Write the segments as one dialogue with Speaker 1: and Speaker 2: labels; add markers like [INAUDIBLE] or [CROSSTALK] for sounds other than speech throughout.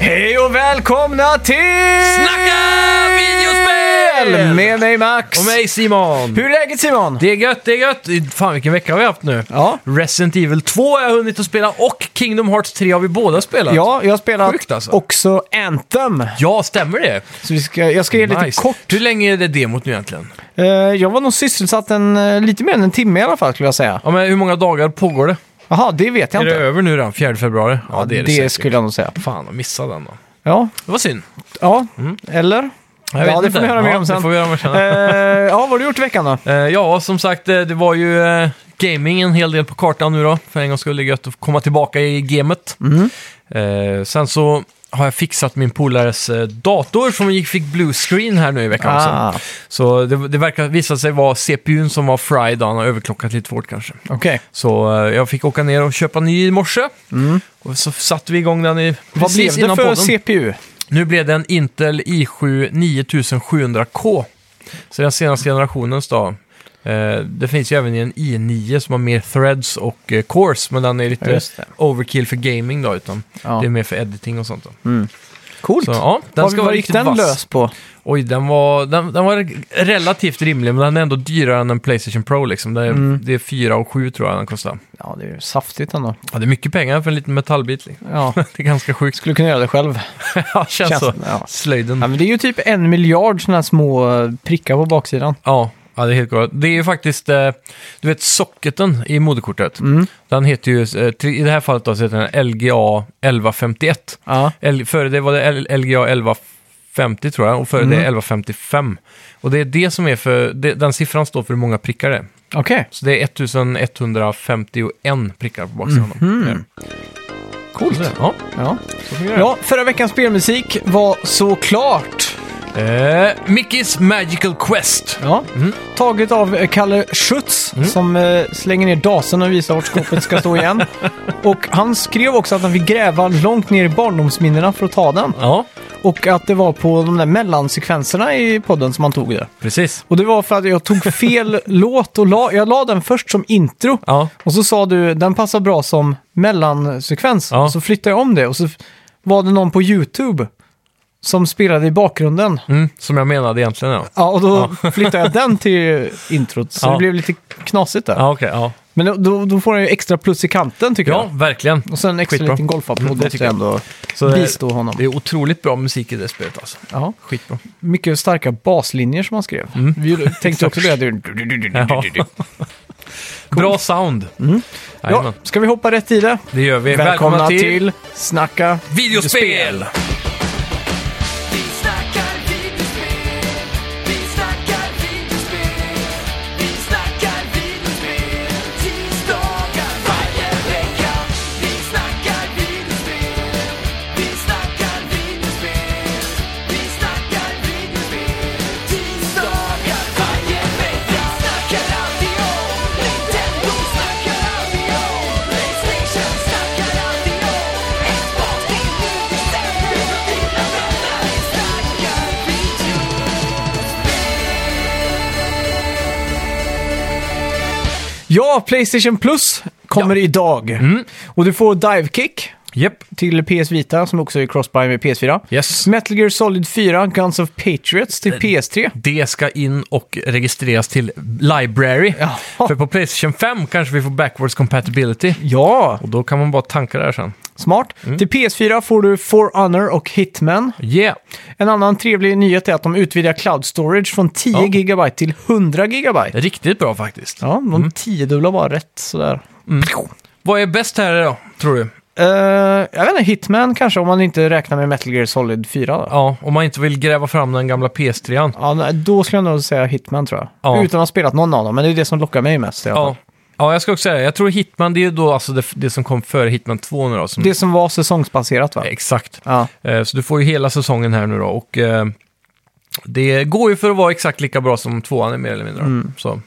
Speaker 1: Hej och välkomna till...
Speaker 2: Snacka videospel!
Speaker 1: Med mig Max.
Speaker 2: Och mig Simon!
Speaker 1: Hur är läget Simon?
Speaker 2: Det är gött, det är gött! Fan vilken vecka vi har haft nu.
Speaker 1: Ja.
Speaker 2: Resident Evil 2 har jag hunnit att spela och Kingdom Hearts 3 har vi båda spelat.
Speaker 1: Ja, jag har spelat
Speaker 2: Sjukt, alltså.
Speaker 1: också Anthem.
Speaker 2: Ja, stämmer det?
Speaker 1: Så vi ska, jag ska ge lite
Speaker 2: Nice.
Speaker 1: kort.
Speaker 2: Hur länge är det demot nu egentligen?
Speaker 1: Eh, jag var nog sysselsatt en, eh, lite mer än en timme i alla fall skulle jag säga.
Speaker 2: Ja, men hur många dagar pågår det?
Speaker 1: Jaha, det vet jag
Speaker 2: Är det
Speaker 1: inte.
Speaker 2: över nu redan? 4 februari? Ja, det är det, säkert.
Speaker 1: skulle jag nog säga.
Speaker 2: Fan, jag missade den då.
Speaker 1: Ja,
Speaker 2: Det var synd.
Speaker 1: ja. eller?
Speaker 2: Mm. Jag
Speaker 1: ja,
Speaker 2: vet
Speaker 1: det
Speaker 2: inte.
Speaker 1: får vi höra mer
Speaker 2: Ja,
Speaker 1: om
Speaker 2: det
Speaker 1: sen.
Speaker 2: får vi höra mer sen.
Speaker 1: Eh, ja, vad har du gjort i veckan då?
Speaker 2: Eh, Ja, som sagt, eh, det var ju eh, gaming en hel del på kartan nu då. För en gång skulle det gött att komma tillbaka i gamet.
Speaker 1: Mm.
Speaker 2: Eh, Sen så har jag fixat min polares eh, dator som gick- fick blue screen här nu i veckan också.
Speaker 1: Ah,
Speaker 2: Så det, det verkar visa sig vara CPUn som var fried, han har överklockat lite för hårt kanske.
Speaker 1: Okej.
Speaker 2: Så eh, jag fick åka ner och köpa ny i morse. Och så satte vi igång den i
Speaker 1: Mm. Vad blev
Speaker 2: precis
Speaker 1: det
Speaker 2: innan
Speaker 1: för
Speaker 2: podden.
Speaker 1: CPU?
Speaker 2: Nu blev det en Intel i7 9700K. Så den senaste generationens då. Eh, det finns ju även i en i9 som har mer threads och eh, cores, men den är
Speaker 1: Ja,
Speaker 2: lite
Speaker 1: just det.
Speaker 2: overkill för gaming då, utan
Speaker 1: Ja. Mm.
Speaker 2: det är mer för editing och sånt då.
Speaker 1: Coolt.
Speaker 2: Så ja, den
Speaker 1: vad,
Speaker 2: ska
Speaker 1: vad
Speaker 2: vara
Speaker 1: gick
Speaker 2: riktigt
Speaker 1: den
Speaker 2: vass.
Speaker 1: lös på?
Speaker 2: Oj, den var, den, den var relativt rimlig, men den är ändå dyrare än en Playstation Pro liksom. Det är,
Speaker 1: Mm.
Speaker 2: det är 4 och 7 tror jag den kostar.
Speaker 1: Ja, det är ju saftigt ändå.
Speaker 2: Ja, det är mycket pengar för en liten metallbit. Liksom.
Speaker 1: Ja,
Speaker 2: Det är ganska
Speaker 1: [LAUGHS]
Speaker 2: sjukt.
Speaker 1: skulle kunna göra det själv.
Speaker 2: ja, känns,
Speaker 1: Känns-
Speaker 2: så.
Speaker 1: ja.
Speaker 2: Slöjden.
Speaker 1: Ja, men det är ju typ en miljard sådana här små eh, prickar på baksidan.
Speaker 2: Ja, ja det är helt galet. Det är ju faktiskt, eh, du vet socketen i moderkortet. Den heter ju, eh, till- i det här fallet då, så heter den LGA 1151.
Speaker 1: Ja.
Speaker 2: L, före det var det L, LGA 1150 tror jag, och före det 1155. Och det är det som är för, det, den siffran står för hur många prickar det är.
Speaker 1: Okej.
Speaker 2: Så det är 1151 prickar på baksidan. Mm. Coolt. Ja,
Speaker 1: Ja.
Speaker 2: så fungerar det.
Speaker 1: ja, förra veckans spelmusik var såklart
Speaker 2: Eh, Mickey's Magical Quest.
Speaker 1: ja. taget av eh, Kalle Schütz som eh, slänger ner dasen och visar vart skåpet ska stå [LAUGHS] igen. och han skrev också att han fick gräva långt ner i barndomsminnena för att ta den.
Speaker 2: Ja,
Speaker 1: Och att det var på de där mellansekvenserna i podden som han tog det.
Speaker 2: precis.
Speaker 1: Och det var för att jag tog [LAUGHS] fel låt och la, jag la den först som intro.
Speaker 2: Ja,
Speaker 1: Och så sa du, den passar bra som mellansekvens.
Speaker 2: Ja.
Speaker 1: Så flyttade jag om det och så f- var det någon på YouTube som spelade i bakgrunden.
Speaker 2: mm, som jag menade egentligen. Ja,
Speaker 1: Ja, och då [LAUGHS] flyttade jag den till introt. Så
Speaker 2: Ja.
Speaker 1: det blev lite knasigt där.
Speaker 2: ja okej. ja.
Speaker 1: Men då- då, då får den ju extra plus i kanten tycker
Speaker 2: Ja,
Speaker 1: jag.
Speaker 2: verkligen.
Speaker 1: Och sen en extra
Speaker 2: Skitbra.
Speaker 1: liten golfapplåd
Speaker 2: Mm, det
Speaker 1: måste
Speaker 2: tycker
Speaker 1: jag ändå
Speaker 2: Så det,
Speaker 1: bistå honom.
Speaker 2: det är otroligt bra musik i det spelet alltså.
Speaker 1: Ja.
Speaker 2: Skitbra.
Speaker 1: Mycket starka baslinjer som han skrev. Vi tänkte också det.
Speaker 2: Mm. [LAUGHS] Ja. Bra sound.
Speaker 1: Ja,
Speaker 2: Mm. Ja.
Speaker 1: ska vi hoppa rätt i det?
Speaker 2: Det gör vi.
Speaker 1: Välkomna, till, Snacka
Speaker 2: videospel!
Speaker 3: Vi snackar videospel, vi snackar videospel, vi snackar videospel, tisdagar varje vecka. Vi snackar videospel, vi snackar videospel, vi snackar videospel, tisdagar varje vecka. Snackar alltid om Nintendo, snackar alltid om Playstation, snackar alltid om Xbox, din videospel, dina vänner. Vi snackar video.
Speaker 1: Ja, Playstation Plus kommer idag. Och du får Divekick
Speaker 2: Japp.
Speaker 1: till PS Vita som också är crossbuy med PS4.
Speaker 2: Yes.
Speaker 1: Metal Gear Solid 4, Guns of Patriots till PS3.
Speaker 2: Det ska in och registreras till Library.
Speaker 1: Jaha.
Speaker 2: För på Playstation 5 kanske vi får backwards compatibility.
Speaker 1: Ja,
Speaker 2: Och då kan man bara tanka det här sen.
Speaker 1: smart. Till PS4 får du For Honor och Hitman.
Speaker 2: Yeah!
Speaker 1: En annan trevlig nyhet är att de utvidgar Cloud Storage från 10
Speaker 2: Ja.
Speaker 1: GB till 100 GB.
Speaker 2: Riktigt bra faktiskt.
Speaker 1: Ja, de tiodubblar bara rätt sådär.
Speaker 2: Vad är bäst här då, tror du?
Speaker 1: Eh, jag vet inte, Hitman kanske om man inte räknar med Metal Gear Solid 4. Då.
Speaker 2: Ja, om man inte vill gräva fram den gamla PS3. an
Speaker 1: Ja, nej, då skulle jag nog säga Hitman tror jag.
Speaker 2: Ja.
Speaker 1: Utan att ha spelat någon av dem, men det är det som lockar mig mest. i alla
Speaker 2: Ja.
Speaker 1: fall.
Speaker 2: ja, jag ska också säga det. Jag tror Hitman, det är ju då alltså det, det som kom före Hitman 2 nu då. Som,
Speaker 1: Det som var säsongsbaserat va?
Speaker 2: Exakt.
Speaker 1: Ja.
Speaker 2: Eh, Så du får ju hela säsongen här nu då. Och eh, det går ju för att vara exakt lika bra som tvåan är mer eller mindre. då.
Speaker 1: Mm.
Speaker 2: Så.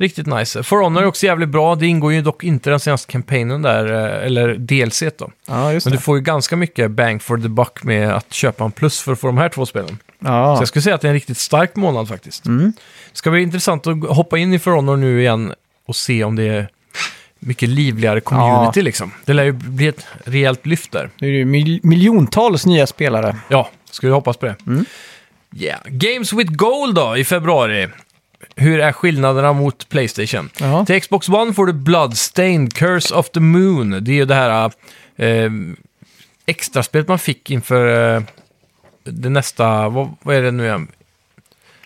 Speaker 2: Riktigt nice. For Honor är också jävligt bra. Det ingår ju dock inte den senaste kampanjen där, eh, eller DLC t då.
Speaker 1: ja, just
Speaker 2: Men du
Speaker 1: det.
Speaker 2: får ju ganska mycket bang for the buck med att köpa en plus för att få de här två spelen. Så
Speaker 1: Ja. Mm.
Speaker 2: jag skulle säga att det är en riktigt stark månad faktiskt. Det ska bli intressant att hoppa in i For Honor nu igen och se om det mycket livligare community
Speaker 1: Ja.
Speaker 2: liksom. Det lär ju bli ett rejält lyft där.
Speaker 1: Det är ju mil miljontals nya spelare.
Speaker 2: Ja, ska vi hoppas på det.
Speaker 1: Mm.
Speaker 2: Yeah. Games with Gold då, i februari. Hur är skillnaderna mot Playstation?
Speaker 1: Ja.
Speaker 2: Till Xbox One får du Bloodstained, Curse of the Moon. Det är ju det här eh, extraspelet man fick inför eh, det nästa... Vad, vad är det nu igen?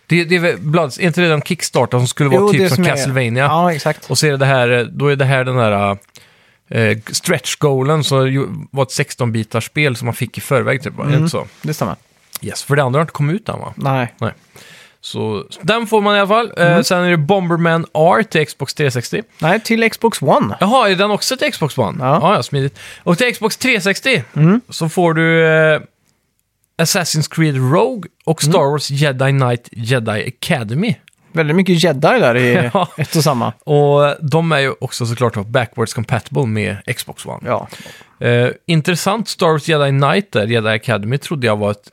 Speaker 2: Det, det är väl Bloods, är inte det den Kickstarter som skulle vara
Speaker 1: Jo, det
Speaker 2: typ som,
Speaker 1: är-
Speaker 2: Castlevania?
Speaker 1: Ja, exakt.
Speaker 2: Och så är det det här, eh, då är det här den här eh, stretch goalen som ju var ett 16-bitars spel som man fick i förväg typ, va? Är
Speaker 1: Mm.
Speaker 2: det inte så?
Speaker 1: Det stämmer.
Speaker 2: Yes, för det andra har inte kommit ut än va?
Speaker 1: Nej.
Speaker 2: Så den får man i alla fall. Eh,
Speaker 1: Mm.
Speaker 2: sen är det Bomberman R till Xbox 360.
Speaker 1: Nej, till Xbox One.
Speaker 2: Jaha, är den också till Xbox One?
Speaker 1: Ja. Mm.
Speaker 2: Ja, ja smidigt. Och till Xbox 360 så får du eh, Assassin's Creed Rogue och
Speaker 1: Mm.
Speaker 2: Star Wars Jedi Knight Jedi Academy.
Speaker 1: Väldigt mycket jedi där i
Speaker 2: [LAUGHS] Ja.
Speaker 1: ett och samma.
Speaker 2: Och de är ju också såklart då backwards compatible med Xbox One.
Speaker 1: Ja.
Speaker 2: Eh, intressant Star Wars Jedi Knight där, Jedi Academy, trodde jag var ett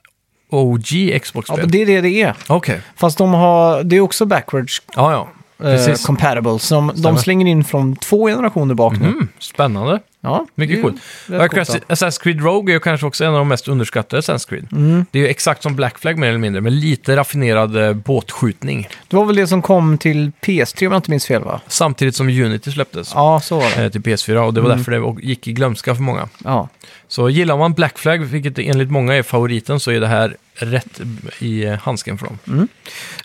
Speaker 2: OG
Speaker 1: ja,
Speaker 2: Xbox-spel.
Speaker 1: men det är det det är.
Speaker 2: Okej.
Speaker 1: Fast de har, det är också backwards
Speaker 2: Ja, ja.
Speaker 1: eh,
Speaker 2: Precis.
Speaker 1: compatible. Så de,
Speaker 2: Stämmer.
Speaker 1: de slänger in från två generationer bak nu.
Speaker 2: Mm, spännande.
Speaker 1: Ja,
Speaker 2: Mycket
Speaker 1: det är
Speaker 2: coolt.
Speaker 1: rätt
Speaker 2: Och
Speaker 1: coolt,
Speaker 2: Assassin's- Assassin's Creed Rogue är ju kanske också en av de mest underskattade Assassin's Creed.
Speaker 1: Mm.
Speaker 2: Det är ju exakt som Black Flag mer eller mindre, men lite raffinerad eh, båtskjutning.
Speaker 1: Det var väl det som kom till PS3 om jag inte minns fel va?
Speaker 2: Samtidigt som Unity släpptes
Speaker 1: Ja, så var det.
Speaker 2: eh, till PS4 och det var
Speaker 1: Mm.
Speaker 2: därför det gick i glömska för många.
Speaker 1: Ja.
Speaker 2: Så gillar man Black Flag, vilket enligt många är favoriten, så är det här rätt i eh, handsken för dem.
Speaker 1: Mm.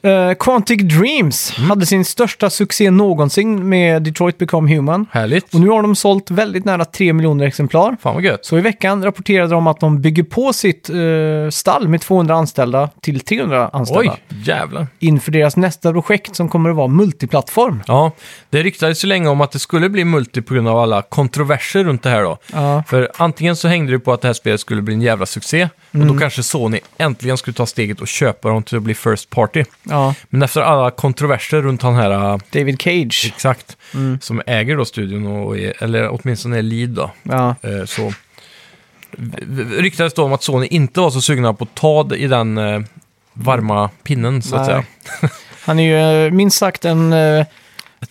Speaker 1: Eh, Quantic Dreams hade sin största succé någonsin med Detroit Become Human.
Speaker 2: Härligt.
Speaker 1: Och nu har de sålt väldigt nära 3 miljoner exemplar.
Speaker 2: Fan vad gött.
Speaker 1: Så i veckan rapporterade de att de bygger på sitt eh, stall med 200 anställda till 300 anställda.
Speaker 2: Oj, jävlar.
Speaker 1: Inför deras nästa projekt som kommer att vara multiplattform.
Speaker 2: Ja, det ryktades ju länge om att det skulle bli multi på grund av alla kontroverser runt det här då.
Speaker 1: Ja.
Speaker 2: För antingen så hängde det på att det här spelet skulle bli en jävla succé och då kanske Sony äntligen skulle ta steget och köpa dem till att bli first party.
Speaker 1: ja.
Speaker 2: Men efter alla kontroverser runt han här, äh,
Speaker 1: David Cage.
Speaker 2: exakt, som äger då studion, och är, eller åtminstone är lead då,
Speaker 1: Ja.
Speaker 2: eh, så v- v- ryktades det om att Sony inte var så sugna på att ta det i den eh, varma pinnen så att
Speaker 1: Nej.
Speaker 2: säga.
Speaker 1: Han är ju eh, minst sagt en eh,
Speaker 2: Ett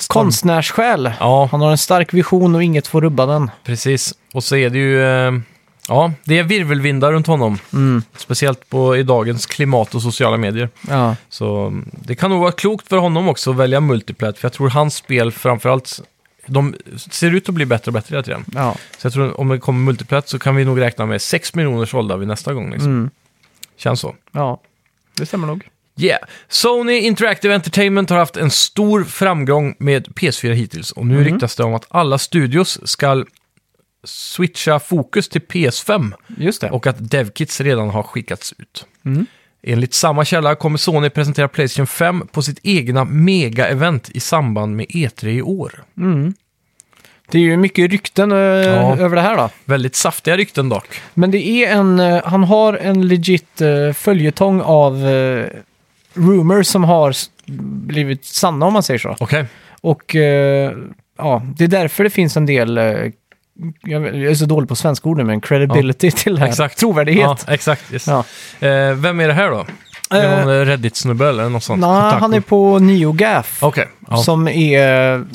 Speaker 2: stam-
Speaker 1: konstnärssjäl.
Speaker 2: Ja,
Speaker 1: Han har en stark vision och inget får rubba den.
Speaker 2: Precis, och så är det ju... eh, Ja, det är virvelvindar runt honom. Speciellt på, i dagens klimat och sociala medier.
Speaker 1: Ja.
Speaker 2: Så mm, det kan nog vara klokt för honom också att välja multiplat, för jag tror hans spel framförallt... De ser ut att bli bättre och bättre hela tiden.
Speaker 1: ja.
Speaker 2: Så jag tror om det kommer multiplat så kan vi nog räkna med 6 miljoner sålda vid nästa gång. Liksom.
Speaker 1: Mm.
Speaker 2: Känns så.
Speaker 1: Ja, det stämmer nog.
Speaker 2: Yeah. Sony Interactive Entertainment har haft en stor framgång med PS4 hittills och nu riktas det om att alla studios ska switcha fokus till PS5
Speaker 1: Just det.
Speaker 2: och att DevKits redan har skickats ut.
Speaker 1: Mm.
Speaker 2: Enligt samma källa kommer Sony presentera Playstation 5 på sitt egna mega-event i samband med E3 i år.
Speaker 1: Det är ju mycket rykten eh, över det här då.
Speaker 2: Väldigt saftiga rykten dock.
Speaker 1: Men det är en, eh, han har en legit eh, följetong av eh, rumors som har s- blivit sanna om man säger så.
Speaker 2: Okej.
Speaker 1: Och eh, ja, det är därför det finns en del, eh, jag vet- jag är så dålig på svenska ord nu, men credibility till det här.
Speaker 2: Exakt. Ja,
Speaker 1: Trovärdighet.
Speaker 2: exakt. Yes.
Speaker 1: Ja.
Speaker 2: Eh, vem är det här då? Är det
Speaker 1: Eh,
Speaker 2: någon Reddit-snubbe eller något sånt?
Speaker 1: Nej,
Speaker 2: Kotaku?
Speaker 1: han är på NeoGaf.
Speaker 2: Okej, ja.
Speaker 1: Som är...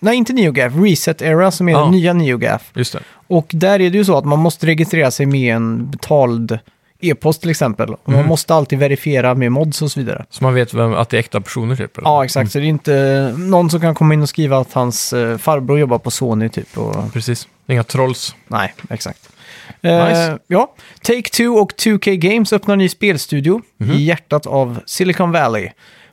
Speaker 1: Nej, inte NeoGaf. Reset Era som är
Speaker 2: Ja.
Speaker 1: den nya NeoGaf.
Speaker 2: just det.
Speaker 1: Och där är det ju så att man måste registrera sig med en betald e-post till exempel. Och Man måste alltid verifiera med mods och så vidare.
Speaker 2: Så man vet vem, att det är äkta personer typ? Eller?
Speaker 1: Ja, exakt. Så det är inte någon som kan komma in och skriva att hans eh, farbror jobbar på Sony typ. Och...
Speaker 2: Precis. Inga trolls.
Speaker 1: Nej, exakt.
Speaker 2: Nice.
Speaker 1: Eh, ja. Take-Two och 2K Games öppnar en ny spelstudio
Speaker 2: Mhm.
Speaker 1: i hjärtat av Silicon Valley.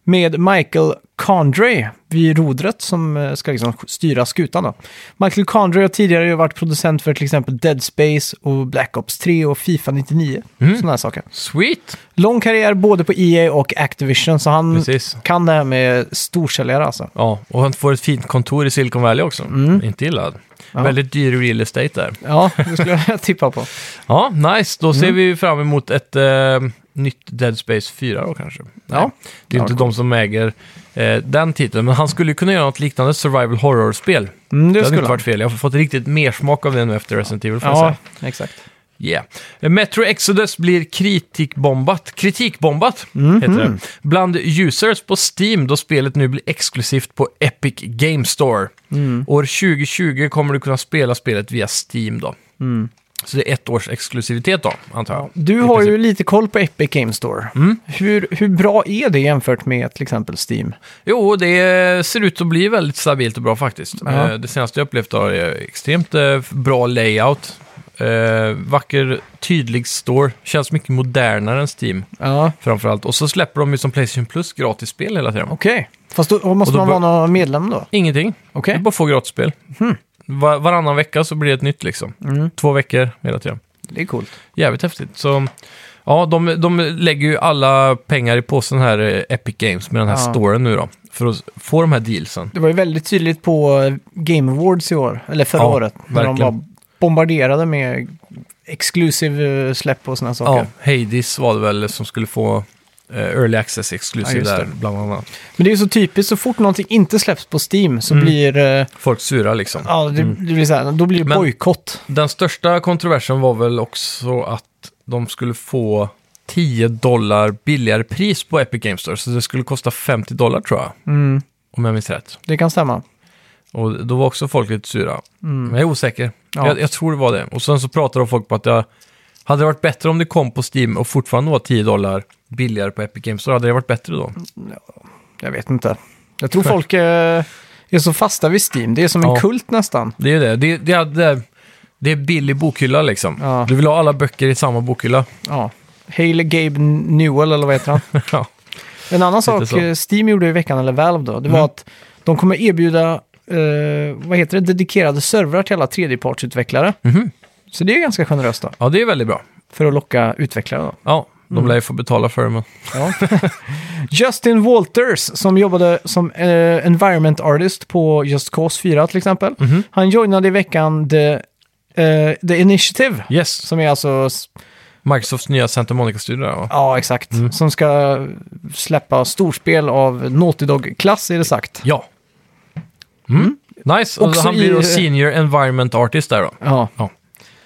Speaker 1: Med Michael Condrey vid rodret som eh, ska liksom styra skutan. Då. Michael Condrey har tidigare ju varit producent för till exempel Dead Space och Black Ops 3 och Fifa 99.
Speaker 2: Mhm.
Speaker 1: Sådana här saker.
Speaker 2: Sweet!
Speaker 1: Lång karriär både på EA och Activision så han
Speaker 2: Mm. Precis.
Speaker 1: kan det här med storsäljare alltså.
Speaker 2: Ja, och han får ett fint kontor i Silicon Valley också.
Speaker 1: Mm.
Speaker 2: Inte illa. Väldigt dyr real estate där.
Speaker 1: Ja, det skulle jag [LAUGHS] tippa på.
Speaker 2: Ja, nice. Då
Speaker 1: Mm.
Speaker 2: ser vi fram emot ett eh, nytt Dead Space 4 då kanske. Nej, det är
Speaker 1: Ja,
Speaker 2: inte de som äger eh, den titeln, men han skulle ju kunna göra något liknande survival horror-spel.
Speaker 1: Mm,
Speaker 2: Det,
Speaker 1: det
Speaker 2: hade
Speaker 1: skulle
Speaker 2: inte
Speaker 1: han.
Speaker 2: varit fel. Jag har fått riktigt mer smak av det nu efter Resident Evil, får jag
Speaker 1: Ja,
Speaker 2: säga.
Speaker 1: exakt.
Speaker 2: Yeah. Eh, Metro Exodus blir kritikbombat, kritikbombat
Speaker 1: Mhm.
Speaker 2: heter det, bland users på Steam då spelet nu blir exklusivt på Epic Game Store.
Speaker 1: Mm.
Speaker 2: År 2020 kommer du kunna spela spelet via Steam då.
Speaker 1: Mm.
Speaker 2: Så det är ett års exklusivitet då, antar jag.
Speaker 1: Du
Speaker 2: I
Speaker 1: har
Speaker 2: princip. Mm.
Speaker 1: ju lite koll på Epic Game Store. Hur, hur bra är det jämfört med till exempel Steam?
Speaker 2: Jo, det ser ut att bli väldigt stabilt och bra faktiskt.
Speaker 1: Ja.
Speaker 2: Eh, Det senaste jag upplevt har är extremt eh, bra layout. Eh, vacker, tydlig store. Känns mycket modernare än Steam
Speaker 1: Ja,
Speaker 2: framförallt. Och så släpper de ju som Playstation Plus gratisspel hela tiden.
Speaker 1: okej. Fast då måste
Speaker 2: Och då
Speaker 1: man
Speaker 2: bör-
Speaker 1: vara någon medlem då?
Speaker 2: Ingenting.
Speaker 1: Okej. Hmm.
Speaker 2: Du bara får gratisspel. Va- varannan vecka så blir det ett nytt liksom.
Speaker 1: Mm.
Speaker 2: Två veckor hela tiden.
Speaker 1: Det är coolt.
Speaker 2: Jävligt häftigt. Så, ja, de, de lägger ju alla pengar i påsen här, eh, Epic Games, med den här
Speaker 1: Ja.
Speaker 2: storen nu då. För att s- få de här dealsen.
Speaker 1: Det var ju väldigt tydligt på eh, Game Awards i år, eller förra
Speaker 2: Ja,
Speaker 1: året, när de
Speaker 2: verkligen.
Speaker 1: var bombarderade med exclusive eh, släpp och sådana saker.
Speaker 2: Ja, Hades var det väl som skulle få eh, Early Access
Speaker 1: Ja,
Speaker 2: exklusiv
Speaker 1: just
Speaker 2: där,
Speaker 1: det.
Speaker 2: bland annat.
Speaker 1: Men det är ju så typiskt, så fort någonting inte släpps på Steam så
Speaker 2: Mm.
Speaker 1: blir eh,
Speaker 2: Folk sura liksom.
Speaker 1: ja, det, det blir så här, då blir det
Speaker 2: Men-
Speaker 1: bojkott.
Speaker 2: Den största kontroversen var väl också att de skulle få 10 dollar billigare pris på Epic Games Store, så det skulle kosta 50 dollar tror jag,
Speaker 1: Mm,
Speaker 2: om jag minns rätt.
Speaker 1: det kan stämma.
Speaker 2: Och då var också folk lite
Speaker 1: Mm.
Speaker 2: sura. Men jag är osäker.
Speaker 1: Ja.
Speaker 2: Jag, jag tror det var det. Och sen så pratade folk på att jag, hade det varit bättre om det kom på Steam och fortfarande var 10 dollar billigare på Epic Games Store, hade det varit bättre då?
Speaker 1: Jag vet inte. Jag tror folk eh, är så fasta vid Steam. Det är som en
Speaker 2: Ja.
Speaker 1: kult nästan.
Speaker 2: Det är ju det. Det, det, det, det är billig bokhylla liksom.
Speaker 1: Ja.
Speaker 2: Du vill ha alla böcker i samma bokhylla. [LAUGHS]
Speaker 1: Ja. Hale Gabe Newell, eller vad heter han?
Speaker 2: ja.
Speaker 1: En annan sak
Speaker 2: så.
Speaker 1: eh, Steam gjorde i veckan, eller Valve då, det var
Speaker 2: Mm.
Speaker 1: att de kommer erbjuda, eh, vad heter det, dedikerade servrar till alla tredjepartsutvecklare.
Speaker 2: Mhm.
Speaker 1: Så det är ganska generöst då,
Speaker 2: ja, det är väldigt bra.
Speaker 1: för att locka utvecklare då.
Speaker 2: Ja,
Speaker 1: Mm.
Speaker 2: de lär ju få betala för det, men...
Speaker 1: Ja. [LAUGHS] Justin Walters, som jobbade som eh, environment artist på Just Cause 4 till exempel.
Speaker 2: Mhm.
Speaker 1: Han joinade i veckan The, eh, The Initiative,
Speaker 2: Yes,
Speaker 1: som är alltså, s-
Speaker 2: Microsofts nya Santa Monica-studio där, va?
Speaker 1: ja exakt,
Speaker 2: Mm.
Speaker 1: som ska släppa storspel av Naughty Dog-klass är det sagt.
Speaker 2: Ja. Mm. Nice, och
Speaker 1: Också
Speaker 2: han blir då
Speaker 1: i-
Speaker 2: senior environment artist där då.
Speaker 1: Ja.
Speaker 2: Ja.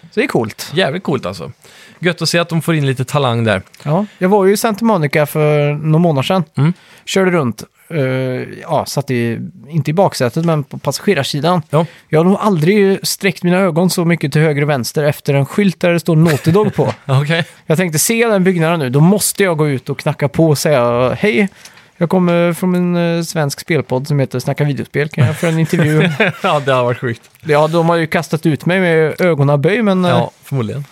Speaker 1: Så det är coolt.
Speaker 2: Jävligt coolt alltså. Gött att se att de får in lite talang där.
Speaker 1: Ja. Jag var ju i Santa Monica för några månader sedan.
Speaker 2: Mm.
Speaker 1: Körde runt. eh, ja, satt i, inte i baksätet, men på passagerarsidan.
Speaker 2: Ja. [LAUGHS]
Speaker 1: Jag har nog aldrig sträckt mina ögon så mycket till höger och vänster efter en skylt där det står Naughty Dog
Speaker 2: [LAUGHS]
Speaker 1: på.
Speaker 2: Okej.
Speaker 1: Jag tänkte, se den byggnaden nu, då måste jag gå ut och knacka på och säga hej. Jag kommer från en eh, svensk spelpodd som heter Snacka videospel. Kan jag få en intervju?
Speaker 2: ja, det har varit sjukt.
Speaker 1: ja, de har ju kastat ut mig med ögonaböj, men eh,
Speaker 2: Ja, förmodligen.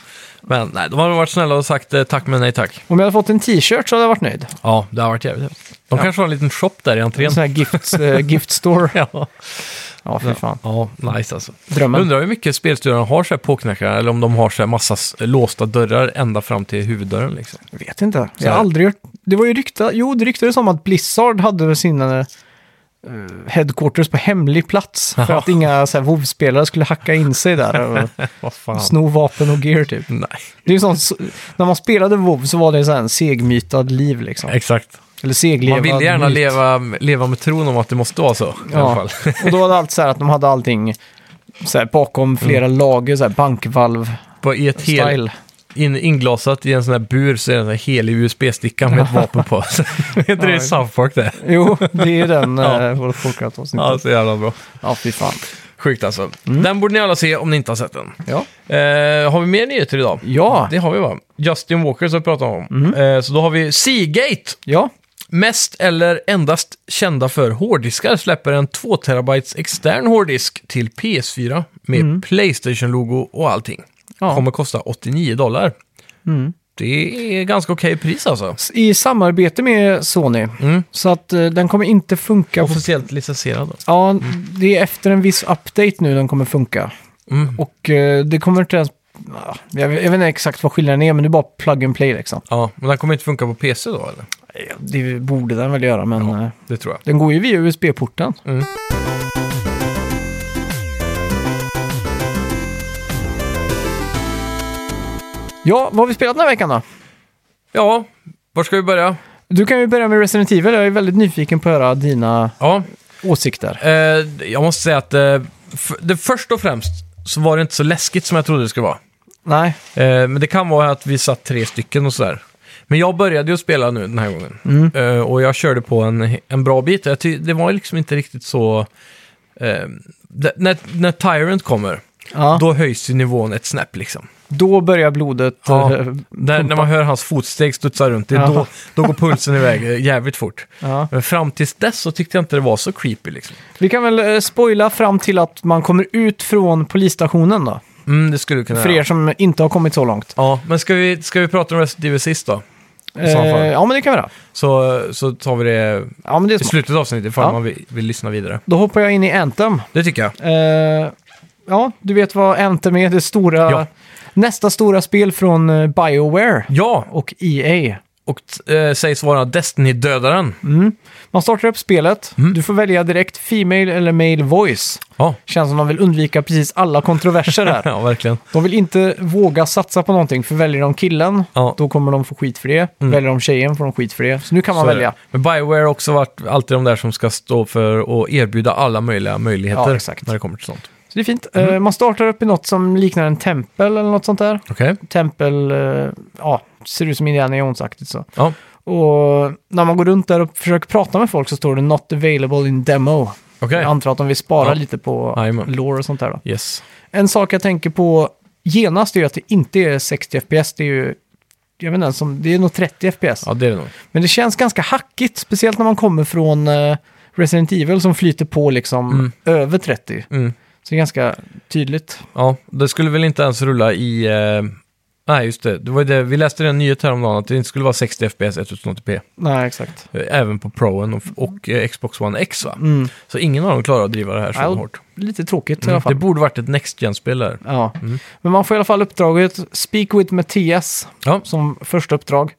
Speaker 2: Men nej, de har varit snälla och sagt eh, tack men nej tack.
Speaker 1: om jag hade fått en t-shirt så hade jag varit nöjd.
Speaker 2: Ja, det har varit jävligt häftigt. De kanske har en liten shop där i entrén.
Speaker 1: En sån här gifts, eh, gift store.
Speaker 2: [LAUGHS] Ja,
Speaker 1: Ja, fy fan.
Speaker 2: ja nice alltså. Jag
Speaker 1: Drömmen.
Speaker 2: undrar hur mycket spelstudion har så här påknackare, eller om de har så här massa s- låsta dörrar ända fram till huvuddörren liksom.
Speaker 1: Jag vet inte.
Speaker 2: Så
Speaker 1: Jag
Speaker 2: här.
Speaker 1: har aldrig hört... Det var ju rykta... Jo, det ryktades om att Blizzard hade sina eh, headquarters på hemlig plats. För
Speaker 2: Jaha.
Speaker 1: att inga så här, WoW-spelare skulle hacka in sig
Speaker 2: [LAUGHS]
Speaker 1: där
Speaker 2: Vad fan.
Speaker 1: och sno vapen och gear typ.
Speaker 2: Nej,
Speaker 1: Det är ju sånt... så- När man spelade WoW så var det så här en segmytad liv liksom.
Speaker 2: exakt.
Speaker 1: Eller seglevad
Speaker 2: Man vill gärna
Speaker 1: myt.
Speaker 2: leva, leva med tron om att det måste vara så. I alla
Speaker 1: Ja.
Speaker 2: fall.
Speaker 1: och då var det alltid så här att de hade allting så här, bakom flera lager, så här bankvalv-style.
Speaker 2: På, I ett hel, in, inglasat i en sån här bur så är det en sån här helig USB-sticka [LAUGHS] med ett vapen på. Är inte det i South Park det?
Speaker 1: Jo, det är ju [LAUGHS] den
Speaker 2: Ja.
Speaker 1: ja. vår folkrättsavsnittet.
Speaker 2: Ja, så jävla bra.
Speaker 1: Ja, fy fan.
Speaker 2: Sjukt alltså. Den borde ni alla se om ni inte har sett den.
Speaker 1: Ja.
Speaker 2: Eh, har vi mer nyheter idag?
Speaker 1: Ja.
Speaker 2: Det har vi va? Justin Walker som vi pratade om. Eh, så då har vi Seagate.
Speaker 1: ja.
Speaker 2: Mest eller endast kända för hårddiskar släpper en 2 terabytes extern hårddisk till PS4 med Playstation-logo och allting.
Speaker 1: Ja.
Speaker 2: Kommer kosta 89 dollar. Mm. Det är ganska okej pris alltså.
Speaker 1: I samarbete med Sony. Så att eh, den kommer inte funka. På,
Speaker 2: Officiellt licensierad då.
Speaker 1: ja, det är efter en viss update nu den kommer funka.
Speaker 2: Mm.
Speaker 1: Och eh, det kommer inte ens... ja, Jag, vet- jag vet inte exakt vad skillnaden är, men det är bara plug and play liksom.
Speaker 2: Ja, men den kommer inte funka på PC då eller?
Speaker 1: Det borde den väl göra, men eh,
Speaker 2: Det tror jag.
Speaker 1: den går ju via USB-porten.
Speaker 2: Mm.
Speaker 1: Ja, vad har vi spelat den här veckan då?
Speaker 2: Ja, var ska vi börja?
Speaker 1: Du kan ju börja med Resident Evil. Jag är väldigt nyfiken på att höra dina
Speaker 2: Ja,
Speaker 1: åsikter.
Speaker 2: eh, jag måste säga att eh, f- det först och främst så var det inte så läskigt som jag trodde det skulle vara.
Speaker 1: Nej.
Speaker 2: Eh, men det kan vara att vi satt tre stycken och sådär. Men jag började ju spela nu den här gången.
Speaker 1: Mm.
Speaker 2: Eh, och jag körde på en, en bra bit. Jag ty- det var ju liksom inte riktigt så... Eh, det, när, när Tyrant kommer,
Speaker 1: Ja. Då,
Speaker 2: då höjs ju nivån ett snäpp liksom.
Speaker 1: börjar blodet...
Speaker 2: Ja,
Speaker 1: eh,
Speaker 2: Där, när man hör hans fotsteg studsa runt, det, är
Speaker 1: Ja.
Speaker 2: då, då går pulsen
Speaker 1: [LAUGHS]
Speaker 2: iväg eh, jävligt fort.
Speaker 1: ja.
Speaker 2: Men fram tills dess så tyckte jag inte det var så creepy liksom.
Speaker 1: Vi kan väl eh, spoila fram till att man kommer ut från polisstationen då.
Speaker 2: Mm, det skulle du kunna
Speaker 1: För er
Speaker 2: göra.
Speaker 1: som inte har kommit så långt.
Speaker 2: Ja, men ska vi, ska vi prata om Resident Evil sist då? I så fall.
Speaker 1: Eh, ja, men det kan vi göra.
Speaker 2: Så, så tar vi det
Speaker 1: Ja, men det är
Speaker 2: i
Speaker 1: smart.
Speaker 2: slutet av avsnittet ifall
Speaker 1: Ja.
Speaker 2: man vill, vill lyssna vidare.
Speaker 1: Då hoppar jag in i Anthem.
Speaker 2: Det tycker jag.
Speaker 1: Eh, ja, du vet vad Anthem är. Det stora...
Speaker 2: Ja.
Speaker 1: Nästa stora spel från eh, Bioware
Speaker 2: Ja,
Speaker 1: och E EA.
Speaker 2: och eh, sägs vara Destiny-dödaren.
Speaker 1: Man startar upp spelet.
Speaker 2: Mm.
Speaker 1: Du får välja direkt Female eller Male Voice.
Speaker 2: Ja.
Speaker 1: Känns som de vill undvika precis alla kontroverser
Speaker 2: [LAUGHS]
Speaker 1: här.
Speaker 2: ja, verkligen.
Speaker 1: De vill inte våga satsa på någonting, för väljer de killen,
Speaker 2: Ja.
Speaker 1: då kommer de få skit för det. Väljer de tjejen får de skit för det. Så nu kan man
Speaker 2: Mm. Så är det.
Speaker 1: välja.
Speaker 2: Men Bioware har också varit alltid de där som ska stå för och erbjuda alla möjliga möjligheter
Speaker 1: Ja, exakt.
Speaker 2: när det kommer till sånt.
Speaker 1: Så det är fint.
Speaker 2: Mm.
Speaker 1: Eh, man startar upp i något som liknar en tempel eller något sånt där.
Speaker 2: Okej.
Speaker 1: Tempel, eh, ja, ser ut som Indiana Jones-aktigt så.
Speaker 2: Ja.
Speaker 1: Och när man går runt där och försöker prata med folk så står det “Not available in demo”.
Speaker 2: Okej.
Speaker 1: Jag antar att de vill spara
Speaker 2: Ja.
Speaker 1: lite på
Speaker 2: Jajamän.
Speaker 1: lore och sånt där då.
Speaker 2: Yes.
Speaker 1: En sak jag tänker på genast är ju att det inte är 60 FPS, det är ju... Jag vet inte ens om... Det är nog 30 FPS.
Speaker 2: Ja, det är det nog.
Speaker 1: Men det känns ganska hackigt, speciellt när man kommer från eh, Resident Evil som flyter på liksom
Speaker 2: Mm.
Speaker 1: över 30.
Speaker 2: Mm.
Speaker 1: Så det är ganska tydligt.
Speaker 2: Ja, det skulle väl inte ens rulla i... Eh... Nej, just det. det, var ju det. Vi läste en nyhet häromdagen att det inte skulle vara 60 FPS 1080p.
Speaker 1: Nej, exakt.
Speaker 2: eh, Även på Proen och, och eh, Xbox One X va?
Speaker 1: Mm.
Speaker 2: Så ingen av dem klarar att driva det här så
Speaker 1: Nej, och-
Speaker 2: hårt.
Speaker 1: Lite tråkigt i
Speaker 2: Mm.
Speaker 1: alla
Speaker 2: Det Mm.
Speaker 1: fall.
Speaker 2: borde varit ett Next Gen-spel där.
Speaker 1: Ja. Men man får i alla fall uppdraget Speak with Mattias
Speaker 2: Ja,
Speaker 1: som första uppdrag.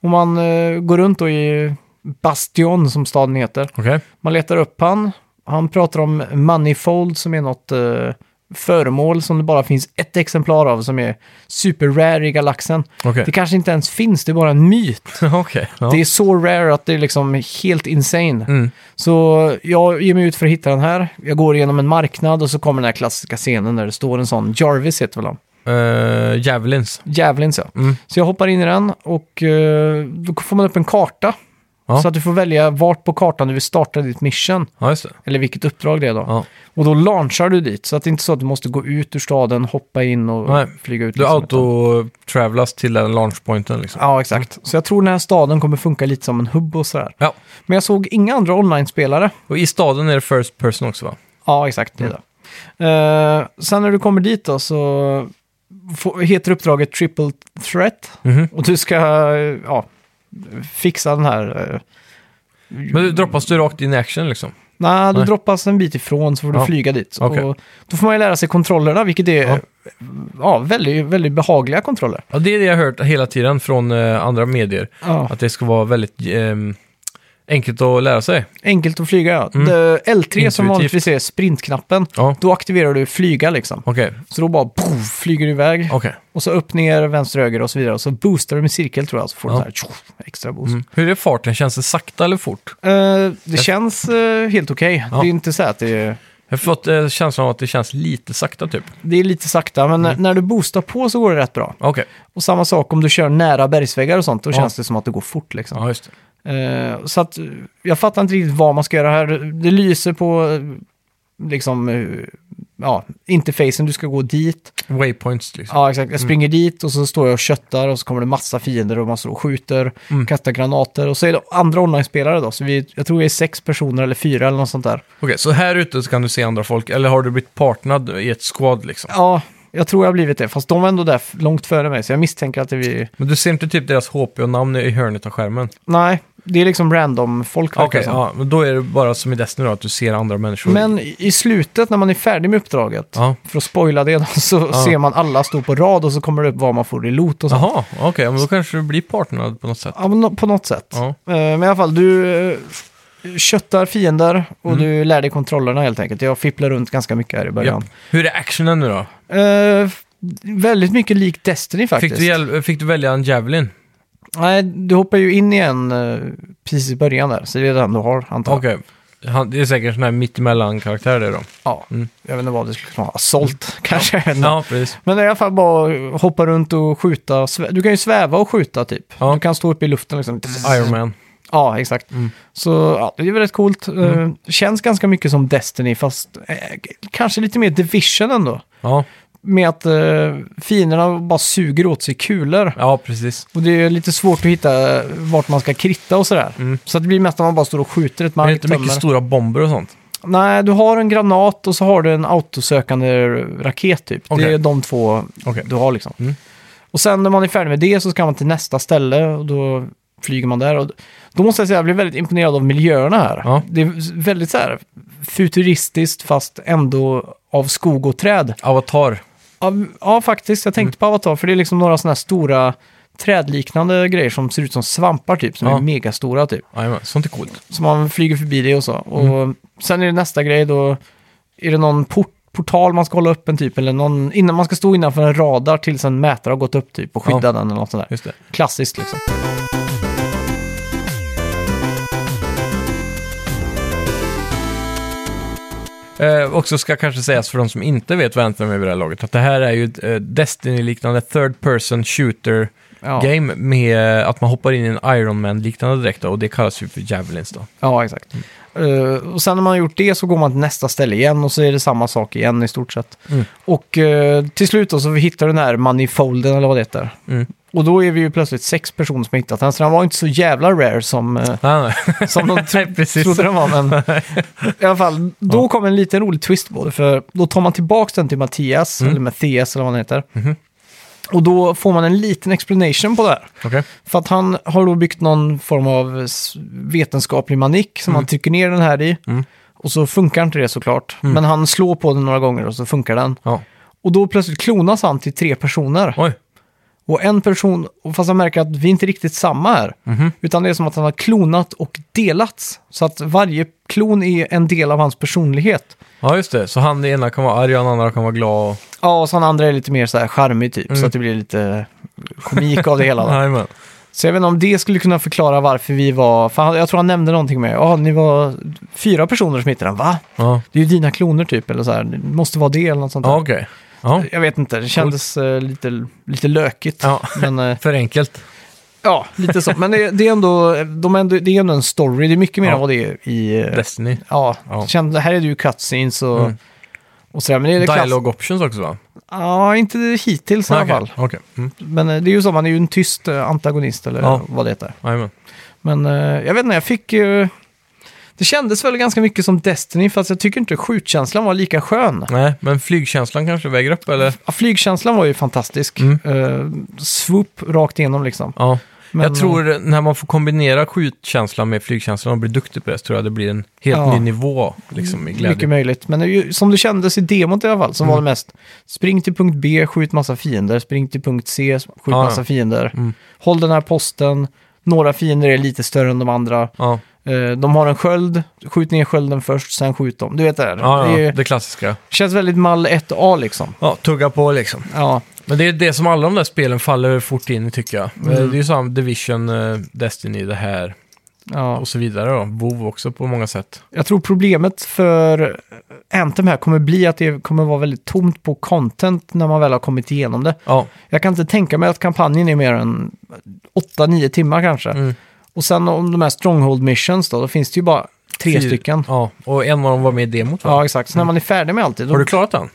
Speaker 1: Och man eh, går runt då i Bastion som staden heter.
Speaker 2: okej.
Speaker 1: Man letar upp han. Han pratar om Manifold som är något eh, föremål som det bara finns ett exemplar av som är super rare i galaxen.
Speaker 2: Okej.
Speaker 1: Det kanske inte ens finns, det är bara en myt.
Speaker 2: [LAUGHS] Okej. ja.
Speaker 1: Det är så rare att det är liksom helt insane.
Speaker 2: Mm.
Speaker 1: Så jag ger mig ut för att hitta den här. Jag går igenom en marknad och så kommer den här klassiska scenen där det står en sån, Jarvis heter väl han?
Speaker 2: Eh, Javelins.
Speaker 1: Djävulen så.
Speaker 2: Mm.
Speaker 1: Så jag hoppar in i den och eh, då får man upp en karta.
Speaker 2: Ja.
Speaker 1: Så att du får välja vart på kartan du vill starta ditt mission.
Speaker 2: Ja, just det.
Speaker 1: Eller vilket uppdrag det är då.
Speaker 2: Ja.
Speaker 1: Och då launchar du dit. Så att det är inte så att du måste gå ut ur staden, hoppa in och
Speaker 2: Nej.
Speaker 1: flyga ut.
Speaker 2: Du
Speaker 1: liksom, utan-
Speaker 2: auto-travelas till den launchpointen liksom.
Speaker 1: Ja, exakt. Så jag tror den här staden kommer funka lite som en hubb och sådär.
Speaker 2: Ja.
Speaker 1: Men jag såg inga andra online-spelare.
Speaker 2: Och i staden är det first person också va?
Speaker 1: Ja, exakt.
Speaker 2: Mm.
Speaker 1: Det är det. Eh, sen när du kommer dit då så får, heter uppdraget Triple Threat.
Speaker 2: Mhm.
Speaker 1: Och du ska eh, ja, fixa den här... eh,
Speaker 2: Men du droppas du rakt in i action liksom?
Speaker 1: Nej, du
Speaker 2: Nej.
Speaker 1: droppas en bit ifrån så får du
Speaker 2: Ja.
Speaker 1: flyga dit.
Speaker 2: Okej.
Speaker 1: Och då får man ju lära sig kontrollerna, vilket är ja.
Speaker 2: Ja.
Speaker 1: väldigt, väldigt behagliga kontroller.
Speaker 2: Ja, det är det jag har hört hela tiden från eh, andra medier.
Speaker 1: Ja.
Speaker 2: Att det ska vara väldigt ehm, enkelt att lära sig.
Speaker 1: Enkelt att flyga, ja.
Speaker 2: Mm.
Speaker 1: Det- L3 som
Speaker 2: Intuitivt.
Speaker 1: vanligtvis är sprintknappen,
Speaker 2: Ja,
Speaker 1: då aktiverar du flyga liksom.
Speaker 2: okej.
Speaker 1: Så då bara poff, flyger du iväg.
Speaker 2: Okej.
Speaker 1: Och så upp, ner, vänster, höger och så vidare. Och så boostar du med cirkel tror jag, så får du
Speaker 2: Ja.
Speaker 1: så här tjoff, extra boost.
Speaker 2: Mm. Hur är farten? Känns det sakta eller fort?
Speaker 1: Eh, det känns eh, helt okej.
Speaker 2: Ja.
Speaker 1: Det är inte så här att det är,
Speaker 2: Jag har fått eh, känslan av att det känns lite sakta typ.
Speaker 1: det är lite sakta, men när- när du boostar på så går det rätt bra.
Speaker 2: Okej.
Speaker 1: Och samma sak om du kör nära bergsväggar och sånt, då
Speaker 2: Ja.
Speaker 1: känns det som att det går fort liksom.
Speaker 2: Ja, just det.
Speaker 1: Eh, så att eh, jag fattar inte riktigt vad man ska göra här. Det lyser på eh, liksom, eh, ja, interfacen, du ska gå dit.
Speaker 2: Waypoints liksom.
Speaker 1: Ja, exakt. Jag springer dit och så står jag och köttar och så kommer det massa fiender och man står och skjuter,
Speaker 2: Mm.
Speaker 1: kastar granater och så är det andra online-spelare då. Så vi, jag tror vi är sex personer eller fyra eller något sånt där.
Speaker 2: Okej, så här ute så kan du se andra folk, eller har du blivit partnad i ett squad liksom?
Speaker 1: Ja, jag tror jag har blivit det. Fast de var ändå där f- långt före mig så jag misstänker att det är...
Speaker 2: Men du ser inte typ deras HP och namn i hörnet av skärmen?
Speaker 1: Nej, det är liksom random-folk. verkar
Speaker 2: Okej,
Speaker 1: det som.
Speaker 2: ja, men då är det bara som i Destiny då, att du ser andra människor.
Speaker 1: Men i i slutet när man är färdig med uppdraget,
Speaker 2: Ja.
Speaker 1: för att spoila det, då, [LAUGHS] så
Speaker 2: Ja.
Speaker 1: ser man alla stå på rad och så kommer det upp vad man får i loot och sånt.
Speaker 2: Jaha, okej, men då kanske du blir partnad på något sätt.
Speaker 1: Ja, men nå- på något sätt.
Speaker 2: Ja.
Speaker 1: Eh, Men i alla fall, du eh, köttar fiender och
Speaker 2: Mm.
Speaker 1: du lär dig kontrollerna helt enkelt. Jag fipplar runt ganska mycket här i början.
Speaker 2: Japp. Hur är actionen nu då?
Speaker 1: Eh, f- väldigt mycket lik Destiny faktiskt.
Speaker 2: Fick du, hjäl- fick du välja en Javelin?
Speaker 1: Nej, du hoppar ju in i en eh, precis i början där, så det är den du har antar jag.
Speaker 2: Okej. Han, det är säkert en sån här mittemellan-karaktär det då.
Speaker 1: Ja, jag vet inte vad det skulle kunna vara. Assault kanske. jag vet inte.
Speaker 2: Mm. Ja, precis.
Speaker 1: Men i alla fall bara hoppa runt och skjuta. Svä- Du kan ju sväva och skjuta typ.
Speaker 2: Ja.
Speaker 1: Du kan stå uppe i luften liksom.
Speaker 2: Iron Man.
Speaker 1: Ja, exakt.
Speaker 2: Mm.
Speaker 1: Så ja, det är väl rätt coolt. Eh, känns ganska mycket som Destiny, fast eh, kanske lite mer Division ändå.
Speaker 2: Ja,
Speaker 1: Med att eh, fienderna bara suger åt sig kulor.
Speaker 2: ja precis.
Speaker 1: Och det är lite svårt att hitta vart man ska kritta och sådär. Så att det blir mest att man bara står och skjuter ett
Speaker 2: Men
Speaker 1: mark.
Speaker 2: Mm. det är inte mycket
Speaker 1: tömmer.
Speaker 2: stora bomber och sånt.
Speaker 1: Nej, du har en granat och så har du en autosökande raket typ. Det
Speaker 2: Okej.
Speaker 1: är de två
Speaker 2: Okej.
Speaker 1: du har liksom.
Speaker 2: Mm.
Speaker 1: Och sen när man är färdig med det så ska man till nästa ställe och då flyger man där. Och då måste jag säga att jag blev väldigt imponerad av miljöerna här.
Speaker 2: Ja.
Speaker 1: Det är väldigt så här futuristiskt fast ändå av skog och träd.
Speaker 2: Avatar.
Speaker 1: Ja, ja faktiskt. Jag
Speaker 2: Mm.
Speaker 1: tänkte på Avatar, för det är liksom några sådana här stora trädliknande grejer som ser ut som svampar typ, som
Speaker 2: Ja.
Speaker 1: är megastora typ.
Speaker 2: Jajamän, sånt är coolt.
Speaker 1: Så man flyger förbi det och så.
Speaker 2: Mm.
Speaker 1: Och sen är det nästa grej då, är det någon port, portal man ska hålla upp en typ, eller någon, innan man ska stå innanför en radar tills en mätare har gått upp typ och skydda
Speaker 2: Ja.
Speaker 1: den eller något sånt där.
Speaker 2: Just det.
Speaker 1: Klassiskt liksom.
Speaker 2: Eh, också ska kanske sägas för de som inte vet vad Anthem är vid det här laget, att det här är ju ett eh, Destiny-liknande third person shooter
Speaker 1: Ja,
Speaker 2: game med eh, att man hoppar in i en Iron Man-liknande dräkt då, och det kallas ju för Javelins då.
Speaker 1: ja exakt.
Speaker 2: Mm.
Speaker 1: Eh, och sen när man har gjort det så går man till nästa ställe igen och så är det samma sak igen i stort sett.
Speaker 2: Mm.
Speaker 1: Och eh, till slut då så hittar du den här manifolden eller vad det heter.
Speaker 2: Mm.
Speaker 1: Och då är vi ju plötsligt sex personer som har hittat den, så den var inte så jävla rare som, eh,
Speaker 2: Ah,
Speaker 1: [LAUGHS] som
Speaker 2: [LAUGHS]
Speaker 1: de
Speaker 2: nej, precis.
Speaker 1: trodde den var, men [LAUGHS] i alla fall, då kom en liten rolig twist på det, för då tar man tillbaka den till Mattias,
Speaker 2: Mm.
Speaker 1: eller Mattias eller vad han heter.
Speaker 2: Mhm.
Speaker 1: Och då får man en liten explanation på det här.
Speaker 2: Okej.
Speaker 1: För att han har då byggt någon form av s- vetenskaplig manik som han trycker ner den här i.
Speaker 2: Mm.
Speaker 1: Och så funkar inte det såklart. Men han slår på den några gånger och så funkar den.
Speaker 2: Ja.
Speaker 1: Och då plötsligt klonas han till tre personer.
Speaker 2: Oj.
Speaker 1: Och en person, och fast han märker att vi inte är riktigt samma här.
Speaker 2: Mhm.
Speaker 1: Utan det är som att han har klonat och delats. Så att varje klon är en del av hans personlighet.
Speaker 2: Ja, just det. Så han den ena kan vara arg och den andra kan vara glad. Och...
Speaker 1: Ja, och så han andra är lite mer så här charmig typ.
Speaker 2: Mm.
Speaker 1: Så att det blir lite komik av det
Speaker 2: [LAUGHS]
Speaker 1: hela. Då.
Speaker 2: Jajamän.
Speaker 1: Så jag vet inte om det skulle kunna förklara varför vi var... För han, jag tror han nämnde någonting med, ja, ni var fyra personer som hittade den, va?
Speaker 2: Ja,
Speaker 1: Det är ju dina kloner typ, eller så här. Det måste vara det eller något sånt där.
Speaker 2: ja okej. Ja.
Speaker 1: Jag vet inte, det kändes eh, lite, lite lökigt.
Speaker 2: Ja.
Speaker 1: Men, eh,
Speaker 2: För enkelt.
Speaker 1: ja, lite så. Men det, det, är ändå, de är ändå, det är ändå en story, det är mycket mer
Speaker 2: Ja.
Speaker 1: än vad det är i... eh,
Speaker 2: Destiny.
Speaker 1: Ja,
Speaker 2: Ja.
Speaker 1: Kände, här är det ju cutscenes och,
Speaker 2: Mm.
Speaker 1: och sådär. Men det är det klass-
Speaker 2: Dialog options också va?
Speaker 1: Ja, inte hittills i alla fall.
Speaker 2: Okej. Okej. Mm.
Speaker 1: Men eh, det är ju så, man är ju en tyst eh, antagonist eller
Speaker 2: Ja.
Speaker 1: vad det heter.
Speaker 2: Jajamän.
Speaker 1: Men eh, jag vet inte, jag fick ju... Det kändes väl ganska mycket som Destiny, fast jag tycker inte skjutkänslan var lika skön.
Speaker 2: Nej, men flygkänslan kanske väger upp eller?
Speaker 1: Ja, flygkänslan var ju fantastisk.
Speaker 2: Mm.
Speaker 1: Eh, swoop rakt igenom liksom.
Speaker 2: Ja.
Speaker 1: Men,
Speaker 2: jag tror när man får kombinera skjutkänslan med flygkänslan och blir duktig på det så tror jag det blir en helt
Speaker 1: Ja.
Speaker 2: ny nivå liksom, i
Speaker 1: eh, mycket
Speaker 2: glädje. Mm.
Speaker 1: möjligt. Men det är ju, som det kändes i demot i alla fall, som var det mest. Spring till punkt B, skjut massa fiender. Spring till punkt C, skjut
Speaker 2: Ja, ja.
Speaker 1: massa fiender.
Speaker 2: Mm.
Speaker 1: Håll den här posten. Några fiender är lite större än de andra.
Speaker 2: Ja,
Speaker 1: Eh, de har en sköld, skjut ner skölden först, sen skjut dem. Du vet det här.
Speaker 2: Ah, ja, ja.
Speaker 1: Det
Speaker 2: Det,
Speaker 1: är,
Speaker 2: klassiska.
Speaker 1: känns väldigt mall 1A liksom.
Speaker 2: Ja, tugga på liksom.
Speaker 1: Ja,
Speaker 2: Men det är det som alla de där spelen faller fort in i tycker jag.
Speaker 1: Mm.
Speaker 2: Eh, Det är ju samma Division, eh, Destiny, det här
Speaker 1: ja.
Speaker 2: och så vidare då. WoW också på många sätt.
Speaker 1: Jag tror problemet för Anthem här kommer bli att det kommer vara väldigt tomt på content när man väl har kommit igenom det.
Speaker 2: Ja,
Speaker 1: Jag kan inte tänka mig att kampanjen är mer än 8-9 timmar kanske.
Speaker 2: Mm.
Speaker 1: Och sen om de här stronghold missions då, då finns det ju bara tre
Speaker 2: Fy-
Speaker 1: stycken.
Speaker 2: ja. och en av dem var med i demot va?
Speaker 1: Ja, exakt. Så när man är färdig med allt det, då...
Speaker 2: Mm. Har du klarat den?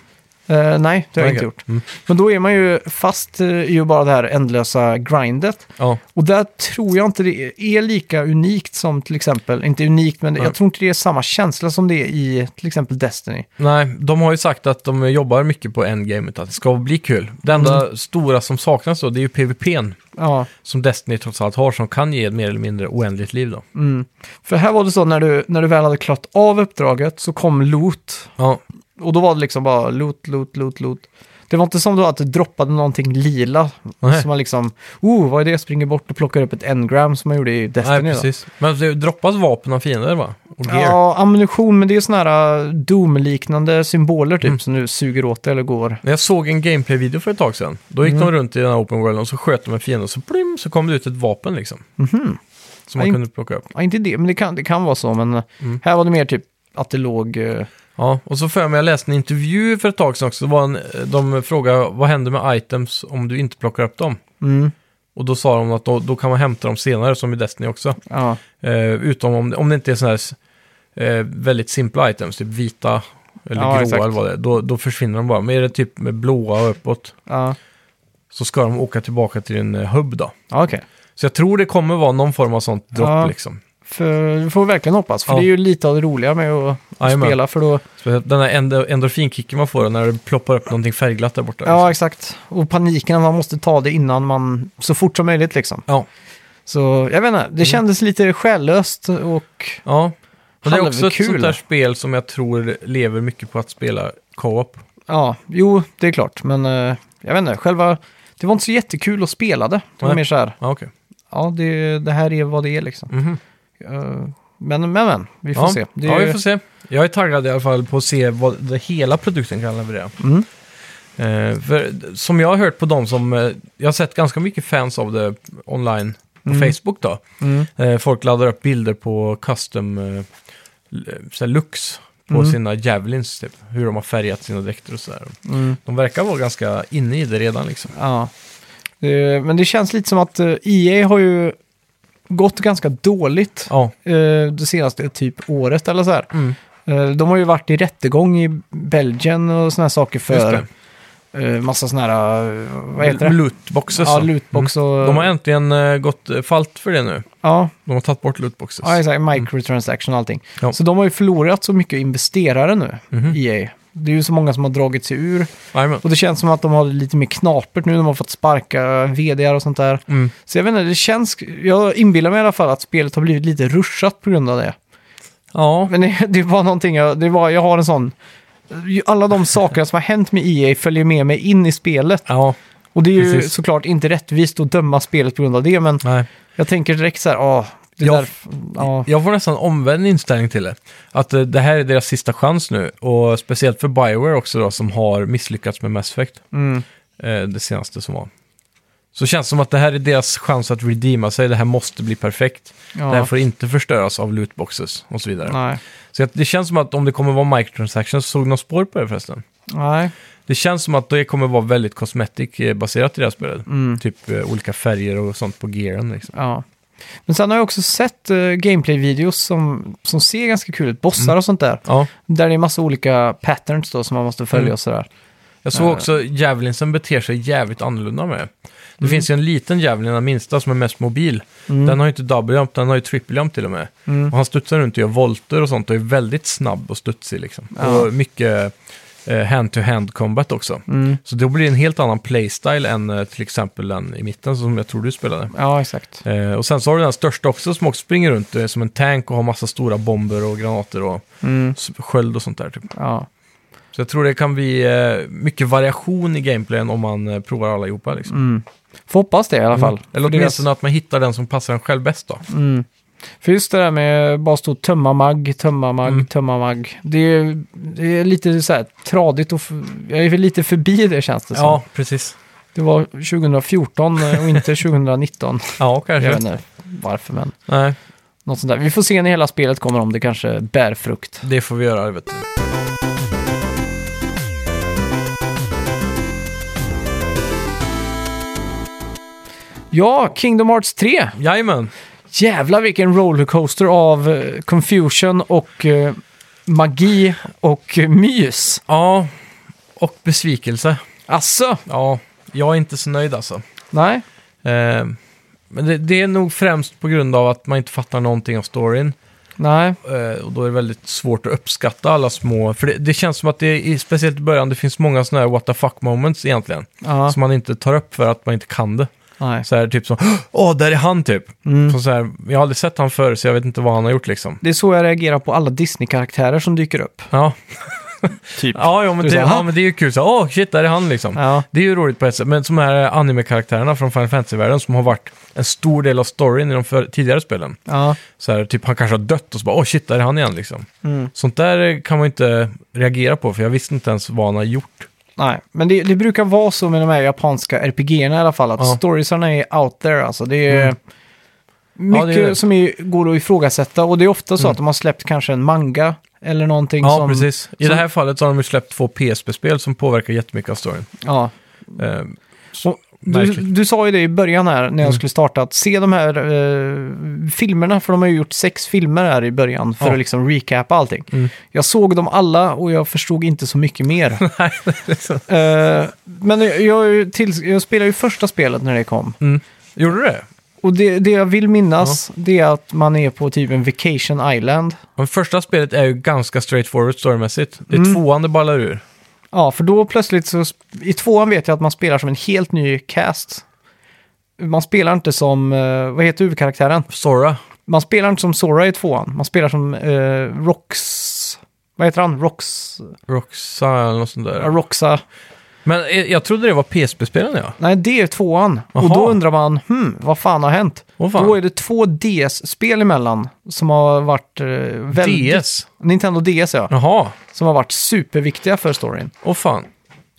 Speaker 1: Eh, nej, det har jag
Speaker 2: Nej,
Speaker 1: inte
Speaker 2: okej. Mm.
Speaker 1: gjort. Men då är man ju fast eh, i ju bara det här ändlösa grindet.
Speaker 2: Ja.
Speaker 1: Och där tror jag inte det är lika unikt som till exempel, inte unikt, men
Speaker 2: Nej.
Speaker 1: jag tror inte det är samma känsla som det är i till exempel Destiny.
Speaker 2: Nej, de har ju sagt att de jobbar mycket på endgamet, att det ska bli kul. Det enda
Speaker 1: Mm.
Speaker 2: stora som saknas då, det är ju PVP'n.
Speaker 1: Ja.
Speaker 2: Som Destiny trots allt har, som kan ge ett mer eller mindre oändligt liv då.
Speaker 1: Mm. För här var det så när du, när du väl hade klarat av uppdraget så kom loot.
Speaker 2: Ja,
Speaker 1: Och då var det liksom bara loot, loot, loot, loot. Det var inte som då att det droppade någonting lila.
Speaker 2: Nej.
Speaker 1: Så man liksom, oh, vad är det? Jag springer bort och plockar upp ett engram som man gjorde i
Speaker 2: nej,
Speaker 1: Destiny. då.
Speaker 2: precis. Men det droppas vapen av fiender va? Och gear.
Speaker 1: Ja, ammunition, men det är sådana här äh, Doom-liknande symboler typ
Speaker 2: Mm.
Speaker 1: som du suger åt dig eller går.
Speaker 2: När jag såg en gameplay-video för ett tag
Speaker 1: Mm. Mhm.
Speaker 2: sedan, då gick de runt i den här open worlden och så sköt de en fiende och så plim, så kom det ut ett vapen liksom. Som man
Speaker 1: Nej.
Speaker 2: kunde plocka upp.
Speaker 1: Ja, inte det, men det kan, det kan vara så. Men eh,
Speaker 2: Mm.
Speaker 1: här var det mer typ att det låg... eh,
Speaker 2: Ja, och så för mig, jag läste en intervju för ett tag sedan också. Det var en, de frågade vad händer med items om du inte plockar upp dem?
Speaker 1: Mm,
Speaker 2: Och då sa de att då, då kan man hämta dem senare, som i Destiny också.
Speaker 1: ja,
Speaker 2: Eh, utom om, om det inte är sådana här eh, väldigt simpla items, typ vita eller
Speaker 1: Ja,
Speaker 2: gråa
Speaker 1: exakt.
Speaker 2: eller vad det är. Då, då försvinner de bara. Men är det typ med blåa och uppåt
Speaker 1: ja,
Speaker 2: så ska de åka tillbaka till en eh, hub då.
Speaker 1: ja okej.
Speaker 2: Så jag tror det kommer vara någon form av sånt dropp
Speaker 1: Ja.
Speaker 2: liksom.
Speaker 1: För vi får verkligen hoppas, för
Speaker 2: Ja.
Speaker 1: det är ju lite av det roliga med att att
Speaker 2: Jajamän.
Speaker 1: spela. För då,
Speaker 2: Speciellt Den här endo- endorfinkicken man får när det ploppar upp någonting färgglatt där borta.
Speaker 1: ja,
Speaker 2: liksom.
Speaker 1: exakt. Och paniken att man måste ta det innan man, så fort som möjligt liksom.
Speaker 2: Ja. Mm.
Speaker 1: Så jag vet inte, det kändes lite själlöst och
Speaker 2: ja. Och det är också ett
Speaker 1: Halvkul.
Speaker 2: sånt där spel som jag tror lever mycket på att spela co-op.
Speaker 1: ja, jo, det är klart. Men eh, jag vet inte, själva, det var inte så jättekul att spela det. Det var
Speaker 2: Nej.
Speaker 1: mer så här,
Speaker 2: Ja, okej.
Speaker 1: ja, det, det här är vad det är liksom.
Speaker 2: Mhm.
Speaker 1: Eh, men, men, men, vi får
Speaker 2: ja.
Speaker 1: se. Det
Speaker 2: ja,
Speaker 1: är
Speaker 2: vi får se. Jag är taggad i alla fall på att se vad det hela produkten kan leverera.
Speaker 1: Mm.
Speaker 2: Eh, för, som jag har hört på de som, eh, jag har sett ganska mycket fans av det online på
Speaker 1: Mm.
Speaker 2: Facebook då.
Speaker 1: Mm.
Speaker 2: Eh, folk laddar upp bilder på custom eh, l- så här looks på
Speaker 1: Mm.
Speaker 2: sina javelins, typ. hur de har färgat sina dräkter och sådär.
Speaker 1: Mm.
Speaker 2: De verkar vara ganska inne i det redan liksom.
Speaker 1: Ja. Eh, Men det känns lite som att eh, EA har ju gått ganska dåligt
Speaker 2: Ja,
Speaker 1: eh, det senaste typ året eller så här.
Speaker 2: Mm.
Speaker 1: Eh, De har ju varit i rättegång i Belgien och såna här saker för
Speaker 2: Just
Speaker 1: eh, massa såna här, eh, vad heter det?
Speaker 2: Lootboxes.
Speaker 1: Ja,
Speaker 2: då.
Speaker 1: lootbox och...
Speaker 2: Mm. De har äntligen eh, gått eh, fallt för det nu.
Speaker 1: ja,
Speaker 2: De har tagit bort lootboxes.
Speaker 1: ja, exakt. Microtransaction och allting.
Speaker 2: Mm. Ja.
Speaker 1: Så de har ju förlorat så mycket investerare nu,
Speaker 2: Mhm.
Speaker 1: EA. Det är ju så många som har dragit sig ur.
Speaker 2: Jajamän.
Speaker 1: Och det känns som att de har det lite mer knapert nu. De har fått sparka vdar och sånt där.
Speaker 2: Mm.
Speaker 1: Så jag vet inte, det känns... Jag inbillar mig i alla fall att spelet har blivit lite ruschat på grund av det.
Speaker 2: Ja,
Speaker 1: Men det, det var någonting, jag, det var, jag har en sån... Alla de saker som har hänt med EA följer med mig in i spelet.
Speaker 2: ja,
Speaker 1: Och det är ju
Speaker 2: Precis.
Speaker 1: såklart inte rättvist att döma spelet på grund av det, men
Speaker 2: nej.
Speaker 1: jag tänker direkt så här, ah, det
Speaker 2: Ja.
Speaker 1: där... Ja,
Speaker 2: Jag får nästan omvänd inställning till det. Att eh, det här är deras sista chans nu. Och speciellt för Bioware också då, som har misslyckats med Mass Effect.
Speaker 1: mm,
Speaker 2: eh, det senaste som var. Så känns det som att det här är deras chans att redeema sig. Det här måste bli perfekt.
Speaker 1: ja
Speaker 2: Det här får inte förstöras av lootboxes och så vidare.
Speaker 1: nej,
Speaker 2: Så att det känns som att om det kommer vara microtransactions, såg du någon spår på det förresten?
Speaker 1: nej,
Speaker 2: Det känns som att det kommer vara väldigt cosmetic eh, baserat i det här spelet.
Speaker 1: mm,
Speaker 2: Typ eh, olika färger och sånt på gearen liksom.
Speaker 1: ja. Men sen har jag också sett eh, gameplay-videos som, som ser ganska kul ut,
Speaker 2: Mm.
Speaker 1: bossar och sånt där.
Speaker 2: Ja,
Speaker 1: Där det är massa olika patterns då som man måste följa
Speaker 2: Mm.
Speaker 1: och sådär.
Speaker 2: jag
Speaker 1: Eh.
Speaker 2: såg också Javelinsen beter sig jävligt annorlunda med. Det finns ju en liten Javelin, den minsta, som är mest mobil.
Speaker 1: Mm.
Speaker 2: Den har ju inte double jump, den har ju triple jump till och med.
Speaker 1: Mm.
Speaker 2: Och han studsar runt och gör volter och sånt och är väldigt snabb och studsig liksom.
Speaker 1: Ja.
Speaker 2: Och mycket eh, hand-to-hand combat också.
Speaker 1: Mm.
Speaker 2: Så då blir det en helt annan playstyle än eh, till exempel den i mitten som jag tror du spelade.
Speaker 1: Ja, exakt.
Speaker 2: Eh, och sen så har du den största också som också springer runt eh, som en tank och har massa stora bomber och granater och
Speaker 1: Mm.
Speaker 2: s- sköld och sånt där typ.
Speaker 1: Ja.
Speaker 2: Så jag tror det kan bli eh, mycket variation i gameplayen om man eh, provar alla ihop liksom.
Speaker 1: Mm. Får hoppas det i alla fall.
Speaker 2: Eller
Speaker 1: För deras-
Speaker 2: åtminstone att man hittar den som passar en själv bäst då.
Speaker 1: Mm. För just det där med bara stå och tömma mag, tömma mag,
Speaker 2: Mm.
Speaker 1: tömma mag. Det är, det är lite så här tradigt och f- jag är väl lite förbi det känns det som.
Speaker 2: Ja, precis.
Speaker 1: Det var 2014 eh, och inte
Speaker 2: [LAUGHS]
Speaker 1: 2019.
Speaker 2: Ja,
Speaker 1: jag
Speaker 2: kanske.
Speaker 1: vet inte varför men
Speaker 2: Nej,
Speaker 1: något sånt där. Vi får se när hela spelet kommer om det kanske bär frukt.
Speaker 2: det får vi göra, vet du.
Speaker 1: Ja, Kingdom Hearts 3.
Speaker 2: Jajamän.
Speaker 1: Jävlar vilken rollercoaster av eh, confusion och eh, magi och eh, mys.
Speaker 2: Ja, och besvikelse.
Speaker 1: Asså?
Speaker 2: Ja, jag är inte så nöjd alltså.
Speaker 1: Nej?
Speaker 2: Eh, men det, det är nog främst på grund av att man inte fattar någonting av storyn.
Speaker 1: Nej.
Speaker 2: Eh, och då är det väldigt svårt att uppskatta alla små... För det, det känns som att det, är- i- speciellt i början, det finns många sådana här what the fuck moments egentligen.
Speaker 1: Ja.
Speaker 2: Som man inte tar upp för att man inte kan det.
Speaker 1: Nej.
Speaker 2: Så här typ som, åh, där är han typ.
Speaker 1: Mm.
Speaker 2: Som så här, jag har aldrig sett han förr så jag vet inte vad han har gjort liksom.
Speaker 1: Det är så jag reagerar på alla Disney-karaktärer som dyker upp.
Speaker 2: Ja,
Speaker 1: [LAUGHS] Typ.
Speaker 2: ja, ja, men,
Speaker 1: Du
Speaker 2: det,
Speaker 1: sa, "Ha?"
Speaker 2: ja men det är ju kul. Så, här, åh, shit, där är han liksom.
Speaker 1: Ja.
Speaker 2: Det är ju roligt på ett sätt, men de här anime-karaktärerna från Final Fantasy-världen som har varit en stor del av storyn i de för- tidigare spelen.
Speaker 1: Ja.
Speaker 2: Så här, typ han kanske har dött och så bara, åh shit, där är han igen liksom.
Speaker 1: Mm.
Speaker 2: Sånt där eh, kan man ju inte reagera på, för jag visste inte ens vad han har gjort.
Speaker 1: Nej, men det, det brukar vara så med de här japanska RPG-erna i alla fall, att
Speaker 2: Ja. Mm.
Speaker 1: storiesarna är out there alltså. Det är,
Speaker 2: Ja, det
Speaker 1: mycket
Speaker 2: är det. Mm.
Speaker 1: som är, går att ifrågasätta och det är ofta så att de har släppt kanske en manga eller någonting
Speaker 2: Ja,
Speaker 1: som...
Speaker 2: precis. I
Speaker 1: som-
Speaker 2: det här fallet så har de ju släppt två PSP-spel som påverkar jättemycket av storyn.
Speaker 1: Ja,
Speaker 2: Eh,
Speaker 1: Och du,
Speaker 2: Verkligen. Mm.
Speaker 1: du sa ju det i början här när jag skulle starta, att se de här eh, filmerna, för de har ju gjort sex filmer här i början för
Speaker 2: Ja.
Speaker 1: att liksom recapa allting.
Speaker 2: Mm.
Speaker 1: Jag såg dem alla och jag förstod inte så mycket
Speaker 2: [LAUGHS]
Speaker 1: mer.
Speaker 2: liksom-
Speaker 1: Eh, men jag, jag, är ju till, jag spelade ju första spelet när det kom.
Speaker 2: Gjorde du det?
Speaker 1: Och det, det jag vill minnas, det är att man är på typ en vacation island.
Speaker 2: Men första spelet är ju ganska straightforward storymässigt. Det är
Speaker 1: Mm.
Speaker 2: tvåan det ballar ur.
Speaker 1: Ja, för då plötsligt så... I tvåan vet jag att man spelar som en helt ny cast. Man spelar inte som, eh, vad heter huvudkaraktären?
Speaker 2: Sora.
Speaker 1: Man spelar inte som Sora i tvåan. Man spelar som eh, Rox... Vad heter han? Rox... eh,
Speaker 2: Roxanne eller något sånt där.
Speaker 1: Roxa.
Speaker 2: Men eh, jag trodde det var PSP-spelen ja.
Speaker 1: Nej, det är tvåan. Och
Speaker 2: Jaha.
Speaker 1: då undrar man, hmm, vad fan har hänt?
Speaker 2: Åh, fan.
Speaker 1: Då är det två DS-spel emellan som har varit eh, väldigt...
Speaker 2: DS.
Speaker 1: Nintendo DS, ja.
Speaker 2: Jaha,
Speaker 1: Som har varit superviktiga för storyn.
Speaker 2: åh fan.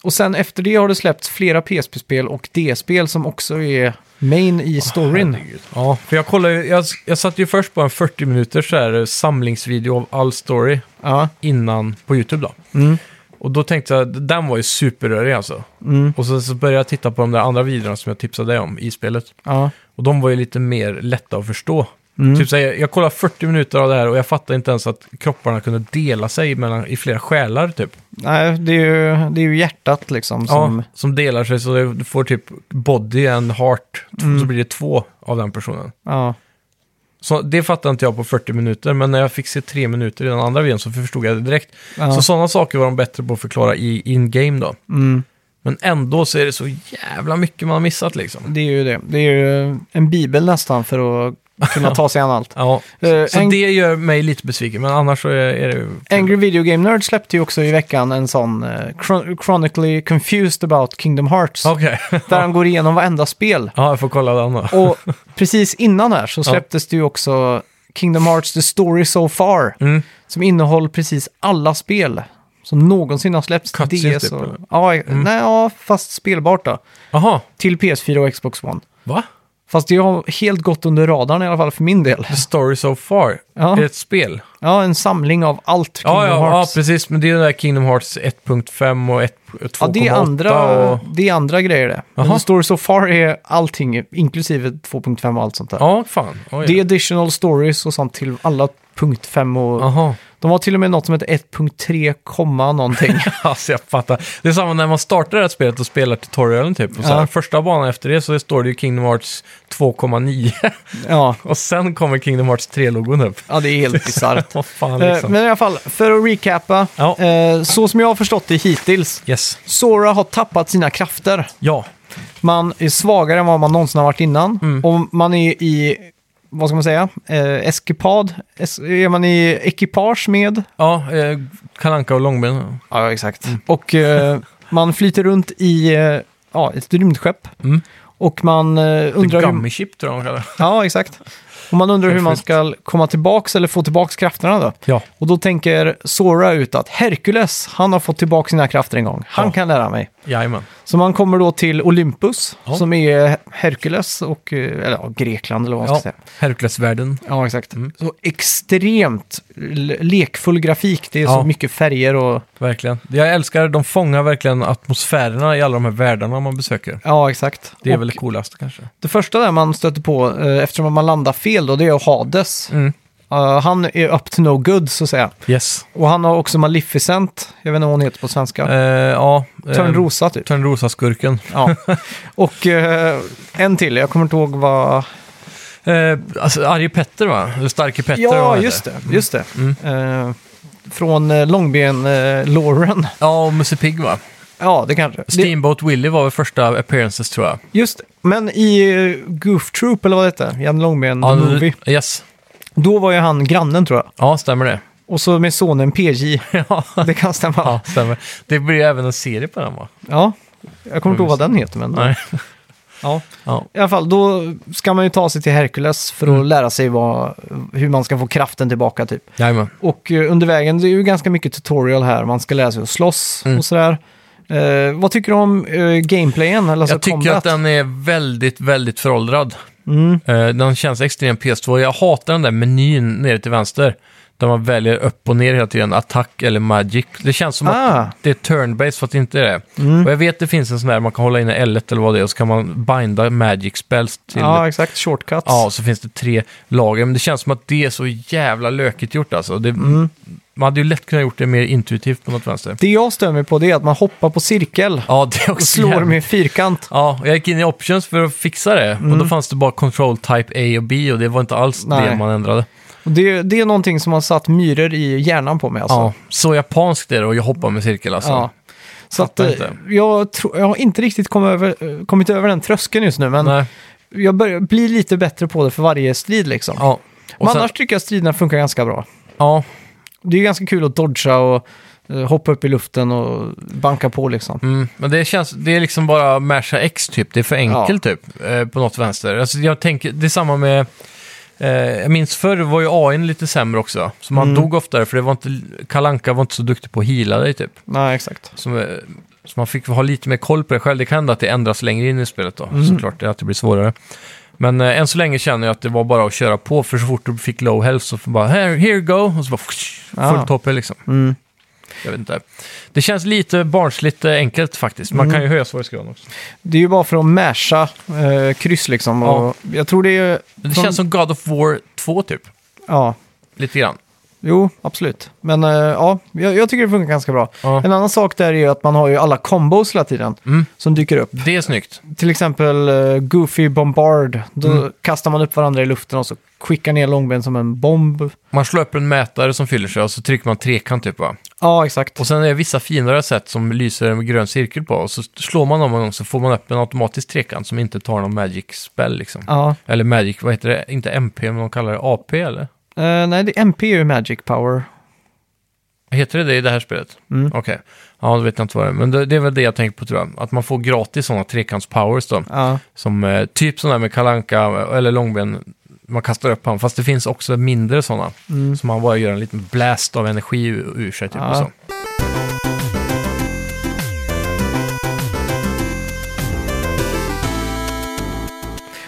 Speaker 1: Och sen efter det har det släppts flera PSP-spel och DS-spel som också är main i storyn.
Speaker 2: Ja, för jag kollade ju- jag, jag satt ju först på en 40 minuters så här, eh, samlingsvideo av all story
Speaker 1: ja.
Speaker 2: innan på YouTube då.
Speaker 1: Mm.
Speaker 2: Och då tänkte jag, den var ju superrörig alltså.
Speaker 1: Mm.
Speaker 2: Och så, så började jag titta på de där andra videorna som jag tipsade dig om i spelet.
Speaker 1: Ja.
Speaker 2: Och de var ju lite mer lätta att förstå.
Speaker 1: Mm.
Speaker 2: Typ så här, jag, jag kollade 40 minuter av det här och jag fattade inte ens att kropparna kunde dela sig mellan, i flera själar typ.
Speaker 1: Nej, det är, ju, det är ju hjärtat liksom som...
Speaker 2: Ja, som delar sig så det- du får typ body and heart.
Speaker 1: Mm.
Speaker 2: Så blir det två av den personen.
Speaker 1: Ja.
Speaker 2: Så det fattade inte jag på 40 minuter, men när jag fick se tre minuter i den andra videon så förstod jag det direkt.
Speaker 1: Ja.
Speaker 2: Så sådana saker var de bättre på att förklara i in-game då.
Speaker 1: Mm.
Speaker 2: Men ändå så är det så jävla mycket man har missat liksom.
Speaker 1: Det är ju det. Det är ju en bibel nästan för att kunna ta sig an allt.
Speaker 2: Ja,
Speaker 1: Eh,
Speaker 2: [LAUGHS] så
Speaker 1: Ang-
Speaker 2: det gör mig lite besviken, men annars så är, är det ju...
Speaker 1: Angry Video Game Nerd släppte ju också i veckan en sån eh, chron- Chronically Confused About Kingdom Hearts.
Speaker 2: Okej,
Speaker 1: Där han går igenom varenda spel.
Speaker 2: ja, jag får kolla den då. [LAUGHS]
Speaker 1: Och precis innan här så släpptes det ju också Kingdom Hearts The Story So Far.
Speaker 2: Mm.
Speaker 1: Som innehåller precis alla spel som någonsin har släppts. till
Speaker 2: Cutscenes typ,
Speaker 1: och,
Speaker 2: eller?
Speaker 1: ja, nej, ja, fast spelbart då.
Speaker 2: Jaha,
Speaker 1: Till PS4 och Xbox One.
Speaker 2: va?
Speaker 1: Fast det har helt gått under radarn i alla fall för min
Speaker 2: [LAUGHS]
Speaker 1: del.
Speaker 2: The story so far?
Speaker 1: Ja.
Speaker 2: Är det ett spel?
Speaker 1: Ja, en samling av allt Kingdom
Speaker 2: Ja, ja, ja,
Speaker 1: Hearts.
Speaker 2: precis. Men det är den där Kingdom Hearts 1.5 och 1 2.8
Speaker 1: Ja, det är, andra,
Speaker 2: och...
Speaker 1: det är andra grejer det. Men
Speaker 2: Jaha.
Speaker 1: The Story So Far är allting, inklusive 2.5 och allt sånt där.
Speaker 2: Ja, fan. Oj.
Speaker 1: Det är additional stories och sånt till alla punkt 5 och...
Speaker 2: Jaha. [LAUGHS]
Speaker 1: De har till och med något som heter 1.3, komma
Speaker 2: [LAUGHS]
Speaker 1: någonting.
Speaker 2: Alltså jag fattar. Det är samma när man startar det här spelet och spelar tutorialen typ. Och så
Speaker 1: Ja.
Speaker 2: här, första banan efter det så står det ju Kingdom Hearts 2,9.
Speaker 1: ja.
Speaker 2: [LAUGHS] och sen kommer Kingdom Hearts 3-logon upp.
Speaker 1: ja, det är helt bisarrt.
Speaker 2: Vad fan
Speaker 1: Eh,
Speaker 2: liksom.
Speaker 1: Men i alla fall, för att recapa.
Speaker 2: Ja.
Speaker 1: eh, Så som jag har förstått det hittills,
Speaker 2: Yes.
Speaker 1: Sora har tappat sina krafter.
Speaker 2: Ja.
Speaker 1: Man är svagare än vad man någonsin har varit innan.
Speaker 2: Mm.
Speaker 1: Och man är i, vad ska man säga, eh, eskipad. Es- är man i ekipage med.
Speaker 2: Ja, eh, Kalanka och Långben.
Speaker 1: Ja, exakt. Och eh, man flyter runt i eh, ja, ett rymdskepp.
Speaker 2: Mm.
Speaker 1: Och man eh,
Speaker 2: The
Speaker 1: undrar...
Speaker 2: Gummy Chip tror jag de kallar det.
Speaker 1: ja, exakt. Och man undrar hur man
Speaker 2: Perfekt.
Speaker 1: ska komma tillbaka eller få tillbaka krafterna då.
Speaker 2: Ja.
Speaker 1: Och då tänker Sora ut att Herkules, han har fått tillbaka sina krafter en gång. Han
Speaker 2: Ja.
Speaker 1: kan lära mig.
Speaker 2: Jajamän.
Speaker 1: Så man kommer då till Olympus,
Speaker 2: Ja.
Speaker 1: som är Herkules och eh, eller, ja, Grekland eller vad man
Speaker 2: Ja. Mm.
Speaker 1: ska säga.
Speaker 2: Herkulesvärlden.
Speaker 1: Ja, exakt. Så extremt l- lekfull grafik. Det är
Speaker 2: Ja.
Speaker 1: så mycket färger och...
Speaker 2: Verkligen. Jag älskar, de fångar verkligen atmosfärerna i alla de här världarna man besöker.
Speaker 1: Ja, exakt.
Speaker 2: Det är
Speaker 1: och
Speaker 2: väl det coolaste kanske.
Speaker 1: Det första där man stöter på, eh, eftersom man landar fel då, det är Hades.
Speaker 2: Mm.
Speaker 1: Eh, han är up to no good, så att säga.
Speaker 2: Yes.
Speaker 1: Och han har också Maleficent, jag vet inte vad hon heter på svenska.
Speaker 2: Eh, ja. eh,
Speaker 1: Törnrosa, typ.
Speaker 2: Törnrosa-skurken.
Speaker 1: Ja. Och eh, en till, jag kommer inte ihåg vad...
Speaker 2: Eh, alltså Arje Petter va? Eller Starke Petter eller Mm. vad han
Speaker 1: Ja,
Speaker 2: heter.
Speaker 1: just det. Just det. Eh, från eh, Långben-Lauren.
Speaker 2: Ja, och Musse Pigg va?
Speaker 1: [LAUGHS] ja, det kanske. Det,
Speaker 2: Steamboat Willie var väl första appearances tror jag.
Speaker 1: just det. Men i eh, Goof Troop, eller vad det hette, Jan Långben
Speaker 2: Ja,
Speaker 1: Movie,
Speaker 2: Yes.
Speaker 1: då var ju han grannen tror jag.
Speaker 2: Ja, stämmer det. [LAUGHS]
Speaker 1: Och så med sonen PJ.
Speaker 2: ja,
Speaker 1: Det kan stämma.
Speaker 2: ja, stämmer. Det blir ju även en serie på den va?
Speaker 1: Ja, jag kommer inte ihåg vad den heter, men...
Speaker 2: Nej.
Speaker 1: Ja.
Speaker 2: Ja.
Speaker 1: I alla fall, då ska man ju ta sig till Herkules för att
Speaker 2: Mm.
Speaker 1: lära sig vad, hur man ska få kraften tillbaka, typ.
Speaker 2: Jajamän.
Speaker 1: Och eh, under vägen, det är ju ganska mycket tutorial här. Man ska lära sig att slåss
Speaker 2: Mm.
Speaker 1: och sådär. Eh, vad tycker du om eh, gameplayen? Eller alltså
Speaker 2: Jag tycker
Speaker 1: combat?
Speaker 2: att den är väldigt, väldigt föråldrad.
Speaker 1: Mm.
Speaker 2: Eh, Den känns extremt PS2. Jag hatar den där menyn nere till vänster. Där man väljer upp och ner hela tiden, attack eller magic. Det känns som
Speaker 1: Ah. Mm.
Speaker 2: att det är turn-based för att det inte är det. Och jag vet det finns en sån där man kan hålla in L1 eller vad det är och så kan man binda magic spells till...
Speaker 1: Ja, exakt. Shortcuts.
Speaker 2: Ja, och så finns det tre lager. Men det känns som att det är så jävla lökigt gjort alltså. Det,
Speaker 1: Mm.
Speaker 2: Man hade ju lätt kunnat gjort det mer intuitivt på något vänster.
Speaker 1: Det jag stör mig på det är att man hoppar på cirkel
Speaker 2: Ja, det är också
Speaker 1: och slår
Speaker 2: jävligt-
Speaker 1: med fyrkant.
Speaker 2: Ja, och jag gick in i options för att fixa det. Och då fanns det bara control type A och B och det var inte alls det
Speaker 1: Mm. Nej.
Speaker 2: man ändrade.
Speaker 1: Och Det, det är någonting som har satt myror i hjärnan på mig alltså.
Speaker 2: Ja, så japanskt är det och jag hoppar med cirkel alltså.
Speaker 1: Ja. Så att,
Speaker 2: Fattar
Speaker 1: eh,
Speaker 2: inte.
Speaker 1: jag, tror- jag har inte riktigt kommit över, eh, kommit över den tröskeln just nu, men
Speaker 2: Nej,
Speaker 1: jag börjar bli lite bättre på det för varje strid liksom.
Speaker 2: ja. Och
Speaker 1: men
Speaker 2: sen,
Speaker 1: annars tycker jag striderna funkar ganska bra.
Speaker 2: ja.
Speaker 1: Det är ganska kul att dodga och eh, hoppa upp i luften och banka på liksom.
Speaker 2: Mm, men det känns, det är liksom bara Merca X typ, det är för enkelt typ, eh, på något vänster. Alltså jag tänker, det är samma med, eh, jag minns förr var ju AIn lite sämre också, så man
Speaker 1: Mm.
Speaker 2: dog oftare för det var inte, Kalanka var inte så duktig på att heala dig typ.
Speaker 1: Nej, exakt.
Speaker 2: Så, eh, så man fick ha lite mer koll på det själv. Det kan hända att det ändras längre in i spelet då, såklart, att det blir svårare. Men eh, än så länge känner jag att det var bara att köra på, för så fort du fick low health så bara here, here you go, och så bara fush,
Speaker 1: Ah.
Speaker 2: fullt hopp liksom.
Speaker 1: Mm.
Speaker 2: Jag vet inte. Det känns lite barnsligt eh, enkelt faktiskt. Man kan ju höja svårighetsgraden också.
Speaker 1: Det är ju bara för att masha eh, kryss liksom.
Speaker 2: Ja.
Speaker 1: Och jag tror det är...
Speaker 2: Men det
Speaker 1: från-
Speaker 2: känns som God of War 2 typ.
Speaker 1: Ja,
Speaker 2: Lite grann.
Speaker 1: jo, absolut. Men eh, ja, jag, jag tycker det funkar ganska bra.
Speaker 2: Ja.
Speaker 1: En annan sak där är ju att man har ju alla combos hela tiden
Speaker 2: Mm.
Speaker 1: som dyker upp.
Speaker 2: Det är snyggt.
Speaker 1: Till exempel eh, Goofy Bombard. Då
Speaker 2: Mm.
Speaker 1: kastar man upp varandra i luften och så skickar ner långben som en bomb.
Speaker 2: Man slår upp en mätare som fyller sig och så trycker man trekant typ va.
Speaker 1: Ja, exakt.
Speaker 2: Och sen är det vissa finare sätt som lyser en grön cirkel på. Och så slår man dem en gång så får man upp en automatisk trekant som inte tar någon magic spell liksom.
Speaker 1: Ja.
Speaker 2: Eller magic, vad heter det? Inte MP, men de kallar det AP eller?
Speaker 1: Eh, nej, det är MP är ju Magic Power.
Speaker 2: Heter det det i det här spelet?
Speaker 1: Mm.
Speaker 2: Okej. Ja, då vet jag inte vad det är. Men det, det är väl det jag tänker på tror jag. Att man får gratis sådana trekants-powers då.
Speaker 1: Ja,
Speaker 2: Som eh, typ sådana med kalanka eller långben. Man kastar upp han, fast det finns också mindre sådana. Så man bara gör en liten blast av energi ur ur sig. Typ,
Speaker 1: Mm. Ja.
Speaker 2: och så.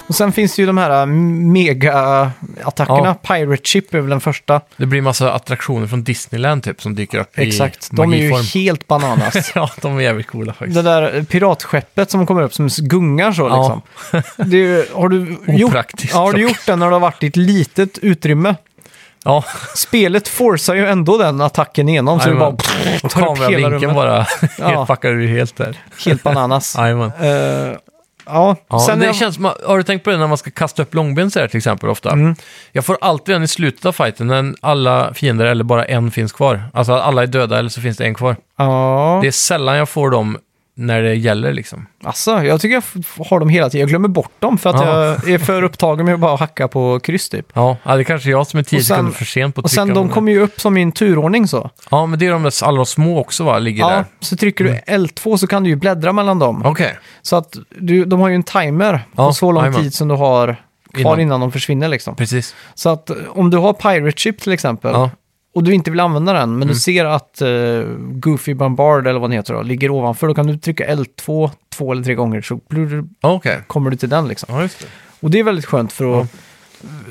Speaker 1: Och sen finns det ju de här äh, mega-attackerna.
Speaker 2: Ja.
Speaker 1: Pirate Ship är väl den första.
Speaker 2: Det blir massa attraktioner från Disneyland typ som dyker upp
Speaker 1: Exakt.
Speaker 2: i
Speaker 1: De är ju
Speaker 2: magiform.
Speaker 1: helt bananas.
Speaker 2: [LAUGHS] ja, de är jävligt coola faktiskt.
Speaker 1: det där piratskeppet som kommer upp som gungar så
Speaker 2: Ja.
Speaker 1: liksom. Det är, ju- har du gjort,
Speaker 2: Opraktiskt
Speaker 1: ja, har du
Speaker 2: dock.
Speaker 1: gjort den när det har varit i ett litet utrymme?
Speaker 2: Ja,
Speaker 1: Spelet forcear ju ändå den attacken igenom så det bara
Speaker 2: Jajamän. och
Speaker 1: tar upp hela rummet.
Speaker 2: kameravinkeln bara
Speaker 1: Ja.
Speaker 2: helt [LAUGHS] fuckar ur helt där.
Speaker 1: Helt
Speaker 2: [LAUGHS]
Speaker 1: bananas.
Speaker 2: Jajamän.
Speaker 1: Eh, ja,
Speaker 2: Ja,
Speaker 1: sen
Speaker 2: det
Speaker 1: jag-
Speaker 2: känns som, har du tänkt på det när man ska kasta upp långben så här till exempel ofta?
Speaker 1: Mm.
Speaker 2: Jag får alltid den i slutet av fighten när alla fiender eller bara en finns kvar. Alltså alla är döda eller så finns det en kvar.
Speaker 1: ja.
Speaker 2: Det är sällan jag får dem när det gäller liksom.
Speaker 1: Alltså, jag tycker jag f- har dem hela tiden. Jag glömmer bort dem för att
Speaker 2: Ja.
Speaker 1: jag är för upptagen med att bara hacka på kryss typ.
Speaker 2: Ja, ja, det är kanske är jag som är tio
Speaker 1: Och sen-
Speaker 2: sekunder för sent på att
Speaker 1: Och
Speaker 2: trycka
Speaker 1: sen
Speaker 2: på
Speaker 1: de
Speaker 2: den.
Speaker 1: kommer ju upp som i en turordning så.
Speaker 2: Ja, men det är de där, alla de små också va, ligger
Speaker 1: Ja,
Speaker 2: där.
Speaker 1: så trycker
Speaker 2: Mm.
Speaker 1: du L2 så kan du ju bläddra mellan dem.
Speaker 2: Okej.
Speaker 1: Så att du, de har ju en timer på
Speaker 2: Ja,
Speaker 1: så lång
Speaker 2: jajamän.
Speaker 1: tid som du har kvar
Speaker 2: Innan.
Speaker 1: innan, de försvinner liksom.
Speaker 2: Precis.
Speaker 1: Så att eh, om du har Pirate Ship till exempel
Speaker 2: Ja. Mm.
Speaker 1: och du inte vill använda den men du ser att eh, Goofy Bombard eller vad den heter då, ligger ovanför då kan du trycka L2 två eller tre gånger så blur,
Speaker 2: Okej.
Speaker 1: kommer du till den liksom.
Speaker 2: Ja, just det.
Speaker 1: Och det är väldigt skönt för att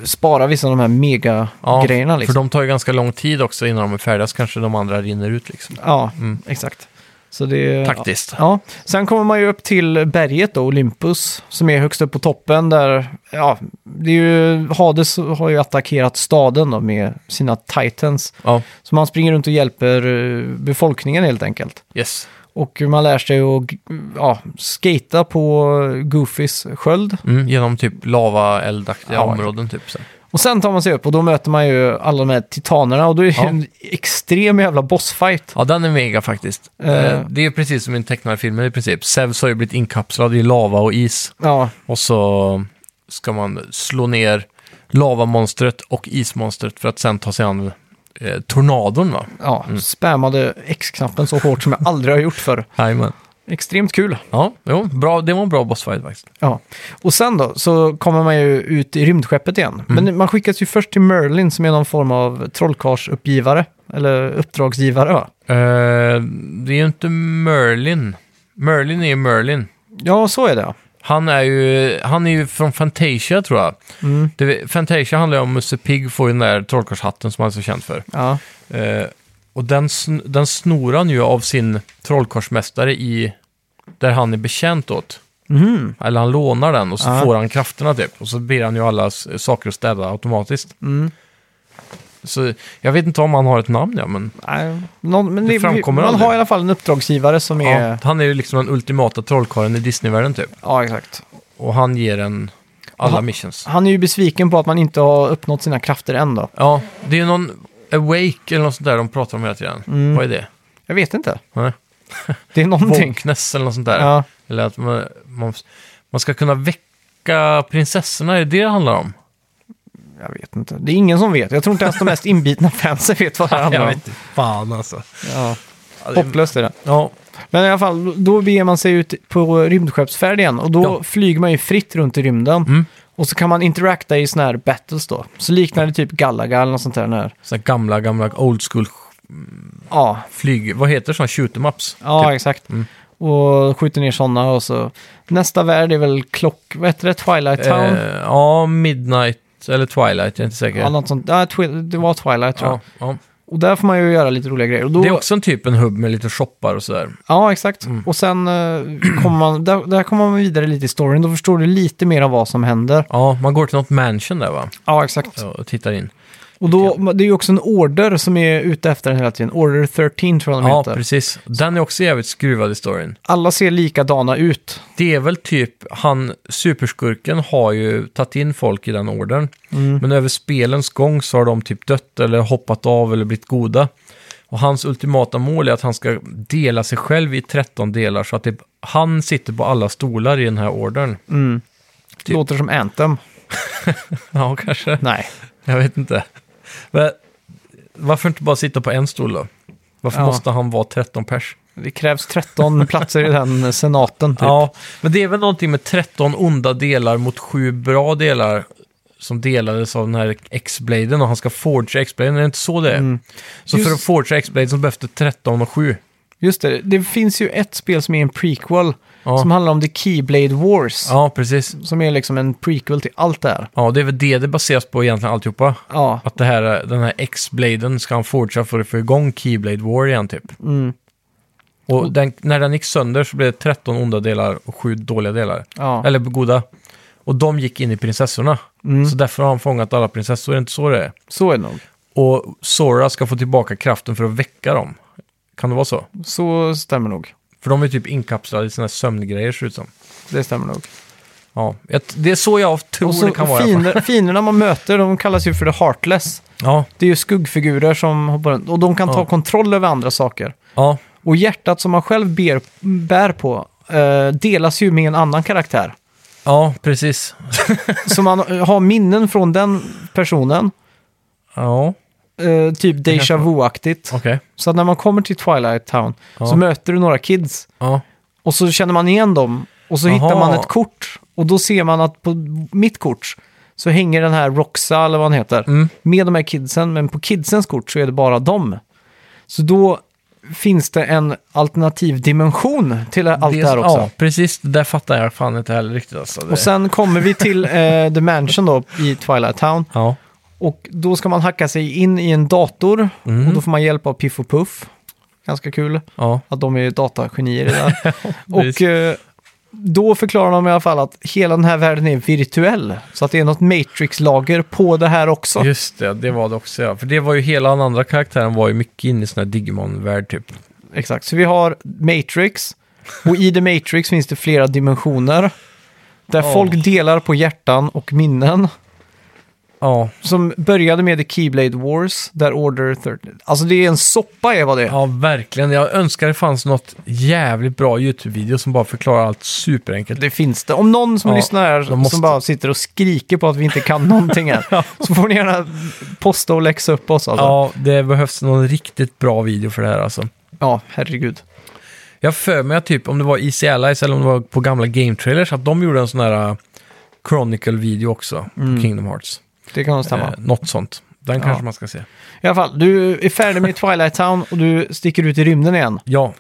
Speaker 1: spara vissa av de här
Speaker 2: Ja,
Speaker 1: mega-grejerna.
Speaker 2: För
Speaker 1: liksom.
Speaker 2: de tar ju ganska lång tid också innan de är färdiga, så kanske de andra rinner ut liksom.
Speaker 1: Ja, exakt. Så det,
Speaker 2: Taktiskt.
Speaker 1: Ja. Sen kommer man ju upp till berget då, Olympus, som är högst upp på toppen där, ja, det är ju, Hades har ju attackerat staden då med sina titans.
Speaker 2: Ja.
Speaker 1: Så man springer runt och hjälper eh, befolkningen helt enkelt.
Speaker 2: Yes.
Speaker 1: Och man lär sig att ja, skata på Goofys sköld.
Speaker 2: Mm, genom typ lava-eldaktiga
Speaker 1: Ja.
Speaker 2: områden typ. Så.
Speaker 1: Och sen tar man sig upp och då möter man ju alla de här titanerna och då är det
Speaker 2: Ja.
Speaker 1: en extrem jävla bossfight.
Speaker 2: Ja, den är mega faktiskt.
Speaker 1: Eh.
Speaker 2: Eh, Det är precis som i en tecknad film i princip. Zeus har ju blivit inkapslad i lava och is.
Speaker 1: Ja,
Speaker 2: Och så ska man slå ner lavamonstret och ismonstret för att sen ta sig an eh, tornadon va?
Speaker 1: ja spammade X-knappen så hårt som jag aldrig har gjort förr.
Speaker 2: Jajamän.
Speaker 1: Extremt kul.
Speaker 2: Ja, jo, bra, det var en bra bossfight faktiskt.
Speaker 1: Ja. Och sen då, så kommer man ju ut i rymdskeppet igen. Men man skickas ju först till Merlin som är någon form av trollkarlsuppgivare. Eller uppdragsgivare va?
Speaker 2: Eh, det är ju inte Merlin. Merlin är ju Merlin.
Speaker 1: Ja, så är det. ja.
Speaker 2: Han är ju, han är ju från Fantasia tror jag.
Speaker 1: Mm.
Speaker 2: Det, Fantasia handlar ju om Musse Pigg får ju den där trollkarlshatten som han är så känd för.
Speaker 1: Ja.
Speaker 2: Eh, och den, sn- den snor han ju av sin trollkarlsmästare i där han är betjänt åt.
Speaker 1: Mhm.
Speaker 2: Eller han lånar den och så
Speaker 1: Ja.
Speaker 2: får han krafterna typ. Och så blir han ju alla s- saker att städa automatiskt.
Speaker 1: Mm.
Speaker 2: Så jag vet inte om han har ett namn ja, men
Speaker 1: Nej, någon, men
Speaker 2: Det
Speaker 1: det
Speaker 2: framkommer
Speaker 1: man
Speaker 2: aldrig.
Speaker 1: har i alla fall en uppdragsgivare som
Speaker 2: ja,
Speaker 1: är...
Speaker 2: han är ju liksom den ultimata trollkarlen i Disneyvärlden typ.
Speaker 1: Ja, exakt.
Speaker 2: Och han ger en alla
Speaker 1: Aha.
Speaker 2: missions.
Speaker 1: Han är ju besviken på att man inte har uppnått sina krafter än då.
Speaker 2: Ja, det är ju någon Awake eller något sånt där de pratar om hela tiden. Vad är det?
Speaker 1: Jag vet inte.
Speaker 2: Nej.
Speaker 1: Det är Mm. någonting.
Speaker 2: Wokeness eller något sånt där.
Speaker 1: Ja.
Speaker 2: Eller att man, man, man ska kunna väcka prinsessorna, är det det det handlar om?
Speaker 1: Jag vet inte. Det är ingen som vet. Jag tror inte ens de mest inbitna fansen vet [LAUGHS] vad det här handlar om.
Speaker 2: Fan alltså.
Speaker 1: Ja. Hopplöst är det.
Speaker 2: Ja,
Speaker 1: Men i alla fall, då beger man sig ut på rymdskeppsfärd igen och då
Speaker 2: Ja.
Speaker 1: flyger man ju fritt runt i rymden.
Speaker 2: Mm.
Speaker 1: Och så kan man interacta i sådana här battles då. Så liknar det typ Galaga eller något sånt där. När,
Speaker 2: så här gamla, gamla old school
Speaker 1: ja,
Speaker 2: flyg... Vad heter sådana? Shoot 'em ups?
Speaker 1: ja
Speaker 2: typ.
Speaker 1: exakt.
Speaker 2: Mm.
Speaker 1: Och skjuter ner sådana och så... Nästa värld är väl Klock... Vad heter det? Twilight Town?
Speaker 2: Eh, ja, Midnight eller Twilight, jag är inte säker.
Speaker 1: Ja, något sånt. Ja, twi- det var Twilight tror jag.
Speaker 2: ja, ja.
Speaker 1: Och där får man ju göra lite roliga grejer. Och då,
Speaker 2: Det Mm. är också en typ en hubb med lite shoppar och sådär.
Speaker 1: Ja, exakt. Och sen eh, kommer man, där, där kommer man vidare lite i storyn. Då förstår du lite mer av vad som händer.
Speaker 2: Ja, man går till något mansion där va?
Speaker 1: Ja, exakt.
Speaker 2: Ja, Och tittar in.
Speaker 1: Och då, det är ju också en order som är ute efter den hela tiden. Order 13 tror jag de
Speaker 2: Ja,
Speaker 1: heter.
Speaker 2: precis. Den är också jävligt skruvad i storyn.
Speaker 1: Alla ser likadana ut.
Speaker 2: Det är väl typ, han, superskurken har ju tagit in folk i den ordern.
Speaker 1: Mm.
Speaker 2: Men över spelens gång så har de typ dött eller hoppat av eller blivit goda. Och hans ultimata mål är att han ska dela sig själv i 13 delar så att det, han sitter på alla stolar i den här ordern.
Speaker 1: Mm.
Speaker 2: Typ.
Speaker 1: Låter som Anthem.
Speaker 2: Ja, kanske.
Speaker 1: Nej.
Speaker 2: Jag vet inte. Men varför inte bara sitta på en stol då? Varför
Speaker 1: Ja.
Speaker 2: måste han vara 13 pers?
Speaker 1: Det krävs
Speaker 2: [LAUGHS]
Speaker 1: 13 platser i den senaten. Typ.
Speaker 2: Ja, men det är väl någonting med 13 onda delar mot 7 bra delar som delades av den här X-bladen och han ska forge X-bladen, är det inte så det är? Så
Speaker 1: Mm. Just-
Speaker 2: för att forge X-bladen så behövs det 13 och 7.
Speaker 1: Just det, det finns ju ett spel som är en prequel.
Speaker 2: Ja.
Speaker 1: Som handlar om The Keyblade Wars.
Speaker 2: Ja, precis.
Speaker 1: Som är liksom en prequel till allt det här.
Speaker 2: Ja, det är väl det det baseras på egentligen alltihopa.
Speaker 1: Ja,
Speaker 2: Att det här, den här X-bladen ska han forgea för att få igång Keyblade War igen typ.
Speaker 1: Mm.
Speaker 2: Och den, när den gick sönder så blev det 13 onda delar och 7 dåliga delar.
Speaker 1: ja.
Speaker 2: Eller goda. Och de gick in i prinsessorna.
Speaker 1: Mm.
Speaker 2: Så därför har han fångat alla prinsessor, är det inte så det är?
Speaker 1: så är det nog.
Speaker 2: Och Sora ska få tillbaka kraften för att väcka dem. Kan det vara så?
Speaker 1: Så stämmer nog.
Speaker 2: För de är typ inkapslade i sina sömngrejer ser det ut som.
Speaker 1: Det stämmer nog.
Speaker 2: Ja, jag- det är så jag tror
Speaker 1: Och så
Speaker 2: det kan vara. i alla fall. [LAUGHS]
Speaker 1: fiender, fienderna man möter, de kallas ju för the heartless.
Speaker 2: Ja,
Speaker 1: Det är ju skuggfigurer som hoppar runt. Och de kan ta
Speaker 2: Ja.
Speaker 1: kontroll över andra saker.
Speaker 2: ja,
Speaker 1: Och hjärtat som man själv ber, bär på eh, delas ju med en annan karaktär.
Speaker 2: ja, precis.
Speaker 1: Så man [LAUGHS] eh, har minnen från den personen,
Speaker 2: Ja,
Speaker 1: eh, typ deja vu-aktigt.
Speaker 2: okej.
Speaker 1: Så att när man kommer till Twilight Town
Speaker 2: Ja.
Speaker 1: så möter du några kids
Speaker 2: Ja.
Speaker 1: och så känner man igen dem och så
Speaker 2: Aha.
Speaker 1: hittar man ett kort och då ser man att på mitt kort så hänger den här Roxa eller vad han heter
Speaker 2: Mm.
Speaker 1: med de här kidsen men på kidsens kort så är det bara dem. Så då finns det en alternativ dimension till allt det, här också.
Speaker 2: Ja, precis. Det där fattar jag fan inte heller riktigt alltså. Det...
Speaker 1: Och sen kommer vi till eh, The Mansion då i Twilight Town.
Speaker 2: Ja,
Speaker 1: Och då ska man hacka sig in i en dator
Speaker 2: Mm.
Speaker 1: och då får man hjälp av Piff och Puff. Ganska kul
Speaker 2: ja,
Speaker 1: att de är datagenier i det
Speaker 2: [LAUGHS]
Speaker 1: där. och
Speaker 2: precis.
Speaker 1: eh, då förklarar de i alla fall att hela den här världen är virtuell. Så att det är något Matrix-lager på det här också.
Speaker 2: just det. Det var det också, ja. För det var ju hela den andra karaktären var ju mycket inne i sån här Digimon-värld typ.
Speaker 1: Exakt, så vi har Matrix. Och i The Matrix finns det flera dimensioner.
Speaker 2: [LAUGHS]
Speaker 1: Där
Speaker 2: Åh.
Speaker 1: folk delar på hjärtan och minnen.
Speaker 2: Ja,
Speaker 1: Som började med The Keyblade Wars, där Order 13... Alltså det är en soppa är vad det är.
Speaker 2: ja verkligen. Jag önskar det fanns något jävligt bra YouTube-video som bara förklarar allt superenkelt.
Speaker 1: Det finns det. Om någon som
Speaker 2: Ja,
Speaker 1: lyssnar här
Speaker 2: de måste-
Speaker 1: som bara sitter och skriker på att vi inte
Speaker 2: [LAUGHS]
Speaker 1: kan någonting här, så får ni gärna posta och läxa upp oss. Alltså. Ja.
Speaker 2: Ja, det behövs någon riktigt bra video för det här alltså.
Speaker 1: herregud.
Speaker 2: Jag har för mig att typ, om det var Easy Allies eller om det var på gamla Game Trailers, att de gjorde en sån här äh, Chronicle-video också, på Kingdom Hearts.
Speaker 1: Det kan nog stämma.
Speaker 2: Eh, något sånt. Den
Speaker 1: Mm. Ja.
Speaker 2: kanske man ska se.
Speaker 1: I alla fall, du är färdig med Twilight Town och du sticker ut i rymden igen.
Speaker 2: Ja,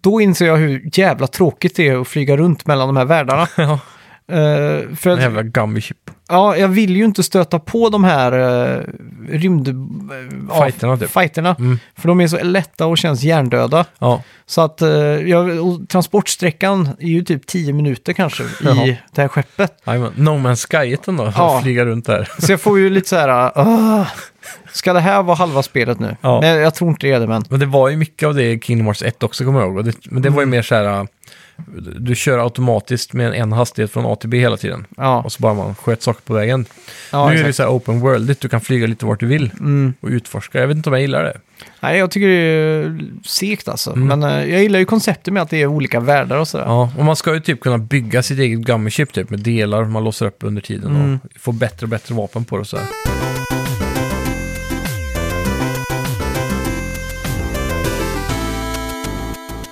Speaker 1: Då inser jag hur jävla tråkigt det är att flyga runt mellan de här världarna.
Speaker 2: [LAUGHS] Ja.
Speaker 1: Eh, för
Speaker 2: En
Speaker 1: att,
Speaker 2: jävla gummy chip.
Speaker 1: ja, jag vill ju inte stöta på de här eh, rymd... eh, ja,
Speaker 2: Fighterna, typ.
Speaker 1: fighterna.
Speaker 2: Mm.
Speaker 1: För de är så lätta och känns hjärndöda.
Speaker 2: Ja.
Speaker 1: Så att eh, jag, och transportsträckan är ju typ 10 minuter kanske
Speaker 2: Jaha.
Speaker 1: i det här skeppet.
Speaker 2: Jajamän. No Man's Sky-eten då,
Speaker 1: Ja.
Speaker 2: flyga runt där.
Speaker 1: Så jag får ju lite så här, eh, "Åh, ska det här vara halva spelet nu?
Speaker 2: Ja.
Speaker 1: Nej, jag tror inte det är det, men
Speaker 2: Men det var ju mycket av det i Kingdom Hearts 1 också, kommer jag ihåg. Och Det, men det
Speaker 1: Mm.
Speaker 2: var ju mer så här, äh, du kör automatiskt med en hastighet från A till B hela tiden.
Speaker 1: ja.
Speaker 2: Och så bara man sköt saker på vägen.
Speaker 1: ja
Speaker 2: nu är det
Speaker 1: exakt.
Speaker 2: så här open worldigt, du kan flyga lite vart du vill
Speaker 1: Mm.
Speaker 2: och utforska. Jag vet inte om jag gillar det.
Speaker 1: Nej, jag tycker det är segt alltså.
Speaker 2: Mm.
Speaker 1: Men eh, jag gillar ju konceptet med att det är olika världar och sådär.
Speaker 2: Ja, och man ska ju typ kunna bygga sitt eget gummy chip typ, med delar man låser upp under tiden
Speaker 1: Mm.
Speaker 2: och få bättre och bättre vapen på det och så här.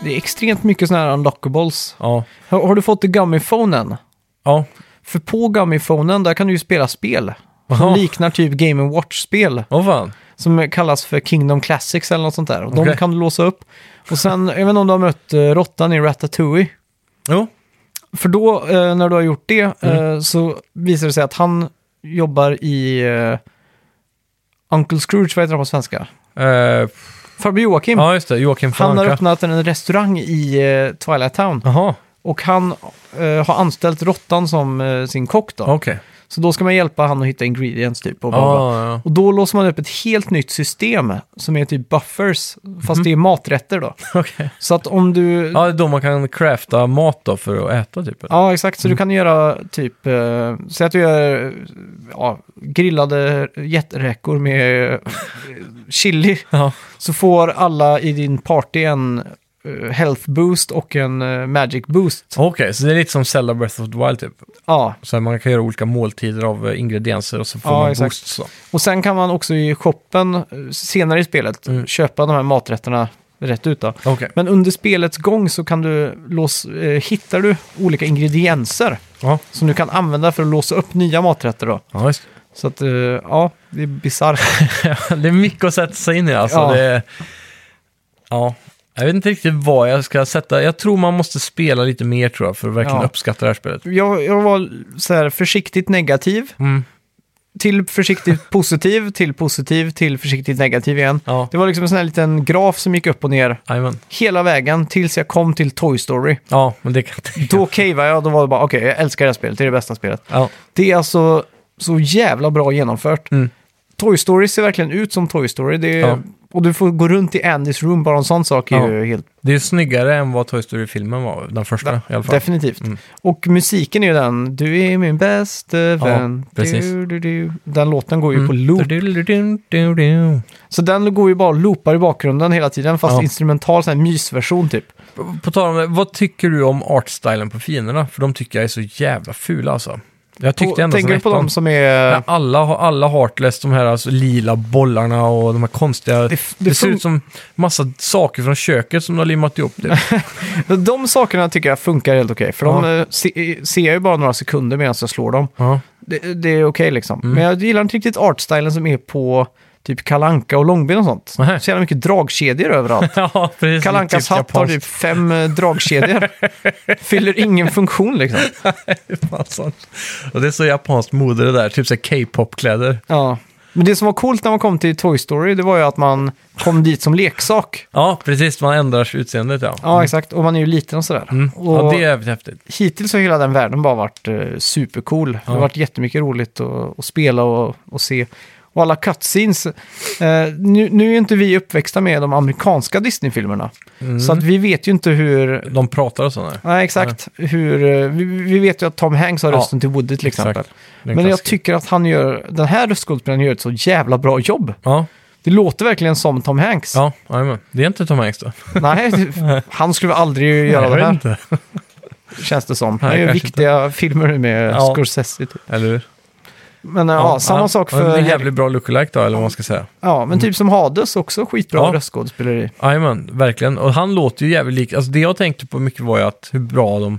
Speaker 1: Det är extremt mycket sådana här unlockables.
Speaker 2: Ja,
Speaker 1: Har, har du fått Gummy-phonen?
Speaker 2: ja.
Speaker 1: För på Gummy-phonen, där kan du ju spela spel. Som
Speaker 2: Aha.
Speaker 1: liknar typ Game Watch-spel.
Speaker 2: Åh fan.
Speaker 1: Som kallas för Kingdom Classics eller något sånt där. Och de
Speaker 2: Okej.
Speaker 1: kan du låsa upp. Och sen, jag vet inte om du har mött eh, råttan i Ratatouille.
Speaker 2: Jo,
Speaker 1: För då, eh, när du har gjort det, eh,
Speaker 2: Mm.
Speaker 1: så visar det sig att han jobbar i eh, Uncle Scrooge, vad heter han på svenska?
Speaker 2: Eh,
Speaker 1: Farbror Joakim.
Speaker 2: ja just det, Joakim von
Speaker 1: han har
Speaker 2: Anka.
Speaker 1: öppnat en restaurang i eh, Twilight Town.
Speaker 2: Jaha,
Speaker 1: Och han eh, har anställt råttan som eh, sin kock då.
Speaker 2: okej. Ah,
Speaker 1: Så då ska man hjälpa han att hitta ingredients typ. Och, bla, bla.
Speaker 2: Ja, ja.
Speaker 1: och då låser man upp ett helt nytt system som är typ buffers, fast det är maträtter då. [LAUGHS]
Speaker 2: Okej.
Speaker 1: Så att om du...
Speaker 2: Mhm. Ja, det är då man kan crafta mat då för att äta typ. eller?
Speaker 1: Ja, exakt. Så du kan göra typ, eh, säg att du gör eh, ja, grillade jätteräkor med eh, chili.
Speaker 2: Ja.
Speaker 1: Så får alla i din party en eh, health boost och en eh, magic boost.
Speaker 2: Okej, så det är lite som Zelda Breath of the Wild typ.
Speaker 1: Ja,
Speaker 2: Så här, man kan göra olika måltider av eh, ingredienser och så får
Speaker 1: Ja,
Speaker 2: man
Speaker 1: exakt.
Speaker 2: boosts. Så.
Speaker 1: och sen kan man också i shoppen eh, senare i spelet
Speaker 2: Mm.
Speaker 1: köpa de här maträtterna rätt ut då.
Speaker 2: Okej.
Speaker 1: Men under spelets gång så kan du lås, eh, hittar du olika ingredienser
Speaker 2: Ja.
Speaker 1: som du kan använda för att låsa upp nya maträtter då.
Speaker 2: Ja, just
Speaker 1: Så att, eh, ja, det är bisarrt.
Speaker 2: [LAUGHS] det. det är mycket att sätta sig in i alltså.
Speaker 1: Ja.
Speaker 2: Ja. Det är... ja. Jag vet inte riktigt vad jag ska sätta. Jag tror man måste spela lite mer tror jag för att verkligen
Speaker 1: Ja.
Speaker 2: uppskatta det här spelet.
Speaker 1: jag, jag var så här försiktigt negativ,
Speaker 2: Mm.
Speaker 1: till försiktigt positiv, till positiv, till försiktigt negativ igen.
Speaker 2: Ja,
Speaker 1: Det var liksom en sån här liten graf som gick upp och ner
Speaker 2: Jajamän.
Speaker 1: hela vägen tills jag kom till Toy Story.
Speaker 2: Ja, men det kan jag tänka.
Speaker 1: Då caveade jag och då var det bara okej, jag älskar det här spelet, det är det bästa spelet.
Speaker 2: Ja.
Speaker 1: Det är alltså så jävla bra genomfört.
Speaker 2: Mm.
Speaker 1: Toy Story ser verkligen ut som Toy Story. Det är,
Speaker 2: Ja.
Speaker 1: Och du får gå runt i Andys room, bara en sån sak är
Speaker 2: Ja.
Speaker 1: ju helt
Speaker 2: Det är snyggare än vad Toy Story-filmen var, den första i alla fall.
Speaker 1: Definitivt.
Speaker 2: Mm.
Speaker 1: Och musiken är ju den, du är min bästa vän.
Speaker 2: precis.
Speaker 1: Du, du, du. Den låten går ju
Speaker 2: Mm.
Speaker 1: på loop.
Speaker 2: Du-du-du-du-du-du.
Speaker 1: Så den går ju bara och loopar i bakgrunden hela tiden, fast
Speaker 2: Ja.
Speaker 1: instrumental, sån här mysversion typ.
Speaker 2: På tal om det, vad tycker du om artstylen på fienderna? För de tycker jag är så jävla fula alltså. Jag
Speaker 1: Och
Speaker 2: tyckte ändå
Speaker 1: tänker du på de som är...
Speaker 2: Ja, alla, har- alla Heartless, de här alltså, lila bollarna och de här konstiga... Det,
Speaker 1: f- det
Speaker 2: ser
Speaker 1: fun-
Speaker 2: ut som massa saker från köket som de har limmat ihop. typ.
Speaker 1: [LAUGHS]
Speaker 2: Det.
Speaker 1: De sakerna tycker jag funkar helt okej, för de eh, se, ser jag ju bara några sekunder medan jag slår dem.
Speaker 2: ja.
Speaker 1: Det, det är okej liksom.
Speaker 2: Mm.
Speaker 1: Men jag gillar inte riktigt artstylen som är på typ kalanka och långben och sånt.
Speaker 2: Nej.
Speaker 1: Så jävla mycket dragkedjor
Speaker 2: [LAUGHS]
Speaker 1: överallt.
Speaker 2: ja, precis.
Speaker 1: Kalankas
Speaker 2: Typ
Speaker 1: hatt har
Speaker 2: japanskt.
Speaker 1: typ fem eh,
Speaker 2: [LAUGHS]
Speaker 1: dragkedjor. Fyller ingen funktion liksom.
Speaker 2: Fan, sånt. och det är så japanskt mode det där, typ så här K-pop-kläder.
Speaker 1: Ja. Men det som var coolt när man kom till Toy Story, det var ju att man kom dit som leksak.
Speaker 2: Ja, precis. Man ändrar utseendet, ja.
Speaker 1: Ja, exakt. Och man är ju liten och sådär.
Speaker 2: Mm.
Speaker 1: Och
Speaker 2: ja det är jävligt häftigt.
Speaker 1: Hittills har hela den världen bara varit eh, supercool. Det har
Speaker 2: Ja.
Speaker 1: varit jättemycket roligt att, att spela och, och se. Och alla cutscenes. Eh, nu, nu är inte vi uppväxta med de amerikanska Disney-filmerna.
Speaker 2: Mm.
Speaker 1: Så att vi vet ju inte hur...
Speaker 2: De pratar och sådär.
Speaker 1: Nej, exakt. Hur, eh, vi, vi vet ju att Tom Hanks har
Speaker 2: Ja,
Speaker 1: rösten till Woody till exempel.
Speaker 2: exakt. Det är en
Speaker 1: Men jag
Speaker 2: klassiker.
Speaker 1: tycker att han gör, den här röstskådespelaren gör ett så jävla bra jobb.
Speaker 2: Ja,
Speaker 1: Det låter verkligen som Tom Hanks.
Speaker 2: ja jajamän. Det är inte Tom Hangs då?
Speaker 1: Nej,
Speaker 2: [LAUGHS]
Speaker 1: det- han skulle aldrig göra
Speaker 2: Nej,
Speaker 1: det
Speaker 2: jag vet
Speaker 1: här,
Speaker 2: inte.
Speaker 1: känns det som. Han
Speaker 2: Nej,
Speaker 1: gör
Speaker 2: kanske
Speaker 1: viktiga filmer nu med
Speaker 2: Ja.
Speaker 1: Scorsese. Typ.
Speaker 2: Eller hur?
Speaker 1: Men ja, samma
Speaker 2: ja.
Speaker 1: sak
Speaker 2: Ja, det
Speaker 1: för...
Speaker 2: är en jävligt bra lookalike då, eller vad man ska säga.
Speaker 1: Ja, men typ som Hades också, skitbra
Speaker 2: Ja.
Speaker 1: röstskådespeleri.
Speaker 2: Jajamän, verkligen. Och han låter ju jävligt lik. Alltså det jag tänkte på mycket var ju att hur bra de...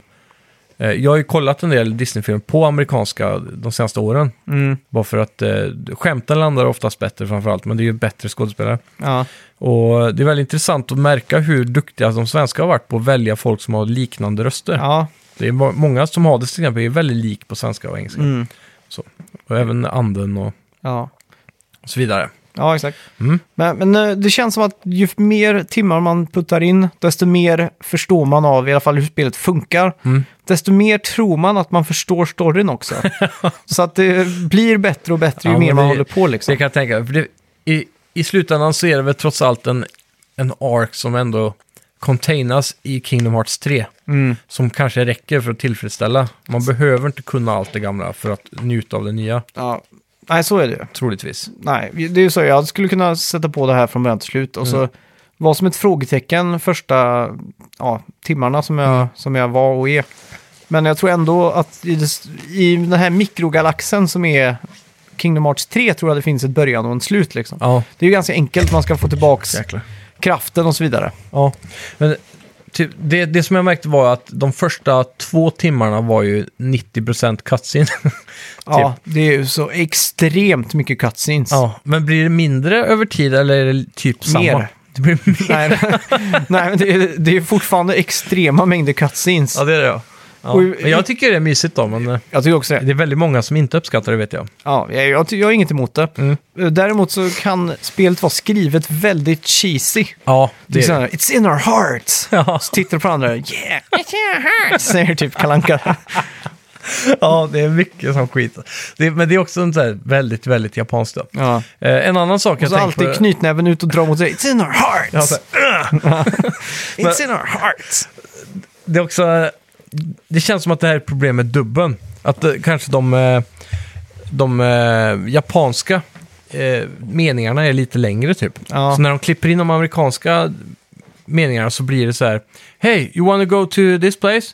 Speaker 2: Eh, jag har ju kollat en del Disney-filmer på amerikanska de senaste åren.
Speaker 1: Mm.
Speaker 2: Bara för att eh, skämten landar oftast bättre framförallt, men det är ju bättre skådespelare.
Speaker 1: Ja.
Speaker 2: Och det är väldigt intressant att märka hur duktiga de svenska har varit på att välja folk som har liknande röster.
Speaker 1: ja,
Speaker 2: Det är må- många som har det till exempel är väldigt lik på svenska och engelska.
Speaker 1: Mm.
Speaker 2: Och även anden och,
Speaker 1: Ja.
Speaker 2: och så vidare.
Speaker 1: ja, exakt.
Speaker 2: Mm.
Speaker 1: Men, men eh, det känns som att ju mer timmar man puttar in, desto mer förstår man av i alla fall hur spelet funkar.
Speaker 2: Mm.
Speaker 1: Desto mer tror man att man förstår storyn
Speaker 2: [LAUGHS]
Speaker 1: också. så att det blir bättre och bättre ju
Speaker 2: Ja,
Speaker 1: mer
Speaker 2: men
Speaker 1: man
Speaker 2: det-
Speaker 1: håller på
Speaker 2: Så
Speaker 1: liksom.
Speaker 2: jag kan tänka, för det, i, i slutändan så är det väl trots allt en, en ark som ändå containas i Kingdom Hearts 3.
Speaker 1: Mm.
Speaker 2: Som kanske räcker för att tillfredsställa. Man behöver inte kunna allt det gamla för att njuta av det nya,
Speaker 1: Ja. Nej, så är det ju.
Speaker 2: troligtvis.
Speaker 1: Nej, det är ju så. Jag skulle kunna sätta på det här från början till slut och
Speaker 2: Mm.
Speaker 1: så var som ett frågetecken första ja, timmarna som jag,
Speaker 2: Mm.
Speaker 1: som jag var och är. Men jag tror ändå att i, det, i den här mikrogalaxen som är Kingdom Hearts 3 tror jag det finns ett början och en slut liksom.
Speaker 2: Ja,
Speaker 1: Det är ju ganska enkelt, man ska få tillbaks
Speaker 2: jäklar.
Speaker 1: kraften och så vidare.
Speaker 2: Ja, men typ, det, det som jag märkte var att de första två timmarna var ju 90% cutscene.
Speaker 1: Ja, det är ju så extremt mycket cutscenes.
Speaker 2: ja, [LAUGHS] men blir det mindre över tid eller är det typ samma?
Speaker 1: Mer.
Speaker 2: Det blir mer.
Speaker 1: Nej, [LAUGHS] nej, men det är, det är fortfarande extrema mängder cutscenes.
Speaker 2: Ja, det är det ja. ja.
Speaker 1: Och-
Speaker 2: Men jag tycker det är mysigt då, men eh,
Speaker 1: Jag tycker också det.
Speaker 2: det är väldigt många som inte uppskattar det vet jag.
Speaker 1: Ja, jag, jag, jag har inget emot det.
Speaker 2: Mm.
Speaker 1: Eh, Däremot så kan spelet vara skrivet väldigt cheesy.
Speaker 2: Ja,
Speaker 1: Det är
Speaker 2: det är
Speaker 1: såhär,
Speaker 2: det.
Speaker 1: It's in our hearts!
Speaker 2: [LAUGHS] Ja.
Speaker 1: Så tittar du på andra, yeah, [LAUGHS] it's in our hearts! Säger typ Kalanka.
Speaker 2: [LAUGHS] ja, det är mycket som skit. Det, men det är också en så här väldigt, väldigt japanskt. då.
Speaker 1: Ja.
Speaker 2: Eh, en annan sak
Speaker 1: Och
Speaker 2: jag
Speaker 1: så
Speaker 2: tänker på...
Speaker 1: alltid knytnäven ut och drar mot sig, It's in our hearts! [LAUGHS]
Speaker 2: Ja, så [LAUGHS] här,
Speaker 1: it's in our hearts!
Speaker 2: det är också... Det känns som att det här är ett problem med dubben. Att eh, kanske de, eh, de eh, japanska eh, meningarna är lite längre typ.
Speaker 1: Ja.
Speaker 2: Så när de klipper in de amerikanska meningarna så blir det så här... Hey, you wanna go to this place?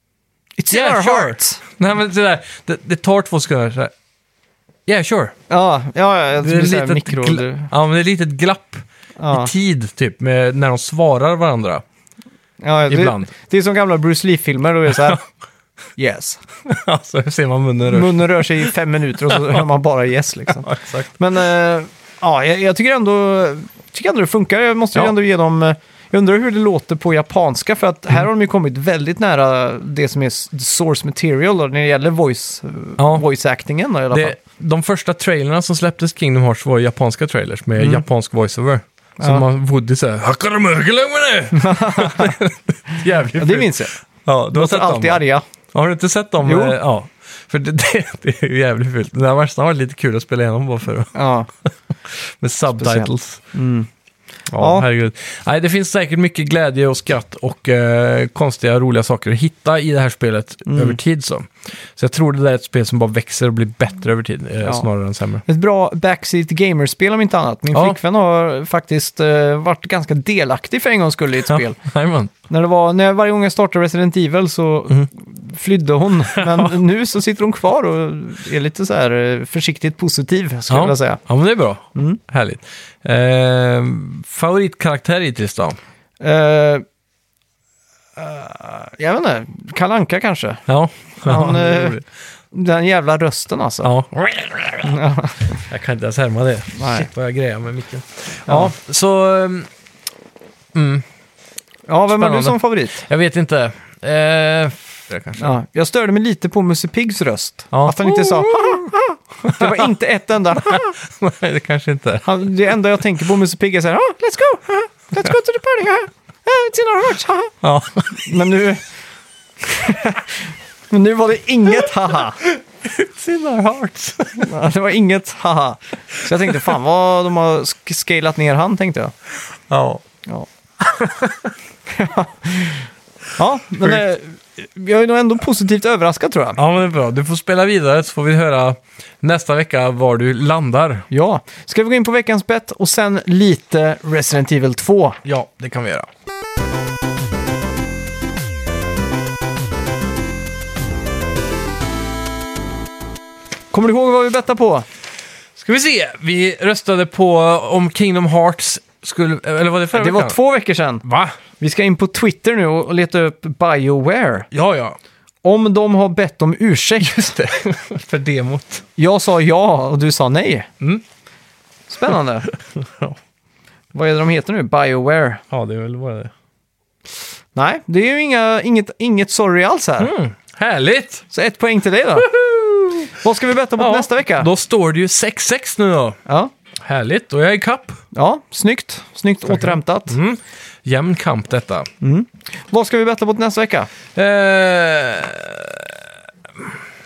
Speaker 2: [LAUGHS]
Speaker 1: It's in
Speaker 2: Yeah,
Speaker 1: our
Speaker 2: sure.
Speaker 1: hearts!
Speaker 2: Nej, men det, där, det, det tar två sekunder. Så här, yeah, sure.
Speaker 1: Ja, ja, ja, det
Speaker 2: Det är,
Speaker 1: blir såhär
Speaker 2: litet
Speaker 1: mikro...
Speaker 2: gla- ja, men det är ett litet glapp
Speaker 1: Ja.
Speaker 2: i tid, typ, med, när de svarar varandra.
Speaker 1: Ja, det, [LAUGHS]
Speaker 2: Ibland.
Speaker 1: det är som gamla Bruce Lee-filmer, då är det
Speaker 2: [LAUGHS]
Speaker 1: såhär, yes.
Speaker 2: så Alltså, ser man munnen röra sig.
Speaker 1: Munnen rör sig i fem minuter och
Speaker 2: [LAUGHS]
Speaker 1: så hör man bara yes liksom.
Speaker 2: Ja, exakt.
Speaker 1: Men eh, ja, jag, jag tycker ändå, tycker ändå det funkar. Jag måste ju
Speaker 2: Ja.
Speaker 1: ändå ge dem... eh, Jag undrar hur det låter på japanska, för att
Speaker 2: Mm.
Speaker 1: här har de ju kommit väldigt nära det som är s- source material då, när det gäller voice,
Speaker 2: Ja.
Speaker 1: voice actingen då, i alla fall.
Speaker 2: Det, de första trailerna som släpptes Kingdom Hearts var japanska trailers med japansk voiceover. Som
Speaker 1: Mm. Ja.
Speaker 2: man Woody
Speaker 1: [LAUGHS]
Speaker 2: såhär, Hakaramökelömene! Jävligt
Speaker 1: Ja, det
Speaker 2: fult.
Speaker 1: minns jag.
Speaker 2: Ja, du
Speaker 1: De
Speaker 2: har
Speaker 1: är
Speaker 2: sett
Speaker 1: alltid
Speaker 2: dem? va?
Speaker 1: arga.
Speaker 2: Har du inte sett dem?
Speaker 1: Jo.
Speaker 2: Eh, Ja. För det, [LAUGHS] det, det är ju jävligt fult. Den här versen var lite kul att spela igenom bara för att-
Speaker 1: Ja.
Speaker 2: med subtitles. Ja,
Speaker 1: Ja.
Speaker 2: herregud. Nej, det finns säkert mycket glädje och skratt och eh, konstiga, roliga saker att hitta i det här spelet
Speaker 1: Mm.
Speaker 2: över tid. Så. så jag tror det där är ett spel som bara växer och blir bättre över tid, eh,
Speaker 1: Ja.
Speaker 2: snarare än sämre.
Speaker 1: Ett bra backseat gamerspel om inte annat. Min
Speaker 2: Ja.
Speaker 1: flickvän har faktiskt eh, varit ganska delaktig för en gångs skull i ett spel.
Speaker 2: Jajamän.
Speaker 1: När det var, när jag, varje gång jag startade Resident Evil så
Speaker 2: Mhm.
Speaker 1: flydde
Speaker 2: [LAUGHS]
Speaker 1: hon. Men nu så sitter hon kvar och är lite så här eh, försiktigt positiv, skulle jag vilja säga. Mm.
Speaker 2: ja, men det är bra. Härligt. Eh, favoritkaraktär hittills då?
Speaker 1: Eh, eh, jag vet inte, Kalle Anka kanske.
Speaker 2: Ja.
Speaker 1: Han,
Speaker 2: det är
Speaker 1: eh,
Speaker 2: roligt.
Speaker 1: Den jävla rösten alltså. [LAUGHS]
Speaker 2: ja. Jag kan inte ens härma det.
Speaker 1: Nej.
Speaker 2: Shit vad jag grejar med micken.
Speaker 1: Ja.
Speaker 2: Ja, så... ehm, Mm,
Speaker 1: Ja, vem har du
Speaker 2: Spännande.
Speaker 1: som favorit?
Speaker 2: jag vet inte. Eh, fyra kanske.
Speaker 1: Ja, jag störde mig lite på Musse Piggs röst.
Speaker 2: Ja.
Speaker 1: Att han inte sa Det var inte ett enda
Speaker 2: [LAUGHS] Nej, det kanske inte är.
Speaker 1: han, Det enda jag tänker på Musse Pigg är så här, "Ah, let's go, Ah, let's go to the party, Ah, Ah, it's in our hearts, Ah."
Speaker 2: Ja.
Speaker 1: Men nu... [LAUGHS] Men nu var det inget haha.
Speaker 2: It's in our hearts.
Speaker 1: Det var inget haha. Så jag tänkte, fan vad de har sk- scalat ner han, tänkte jag.
Speaker 2: [LAUGHS] ja.
Speaker 1: Ja, ja men eh, jag är nog ändå positivt överraskad tror jag.
Speaker 2: ja, men det är bra. Du får spela vidare så får vi höra nästa vecka var du landar.
Speaker 1: Ja, ska vi gå in på veckans bett och sen lite Resident Evil 2.
Speaker 2: Ja, det kan vi göra.
Speaker 1: Kommer du ihåg vad vi bettade på?
Speaker 2: Ska vi se. Vi röstade på om Kingdom Hearts skulle... Eller var det förra
Speaker 1: Det var
Speaker 2: veckan?
Speaker 1: två veckor sedan.
Speaker 2: Va?
Speaker 1: Vi ska in på Twitter nu och leta upp Bioware.
Speaker 2: Ja, ja.
Speaker 1: Om de har bett om ursäkt.
Speaker 2: Just det. [LAUGHS] För demot.
Speaker 1: Jag sa ja och du sa nej.
Speaker 2: Mm.
Speaker 1: Spännande.
Speaker 2: [LAUGHS] Ja.
Speaker 1: Vad är det de heter nu? Bioware.
Speaker 2: Ja, det är väl bara det.
Speaker 1: Nej, det är ju inga, inget, inget sorry alls här.
Speaker 2: Mm, härligt!
Speaker 1: Så ett poäng till dig då. Vad ska vi betta mot nästa vecka?
Speaker 2: Då står det ju 6-6 nu då.
Speaker 1: Ja.
Speaker 2: Härligt, då är jag i kapp.
Speaker 1: ja, snyggt. Snyggt återhämtat.
Speaker 2: Mm. Jämn kamp detta.
Speaker 1: Vad ska vi betta mot nästa vecka?
Speaker 2: Eh,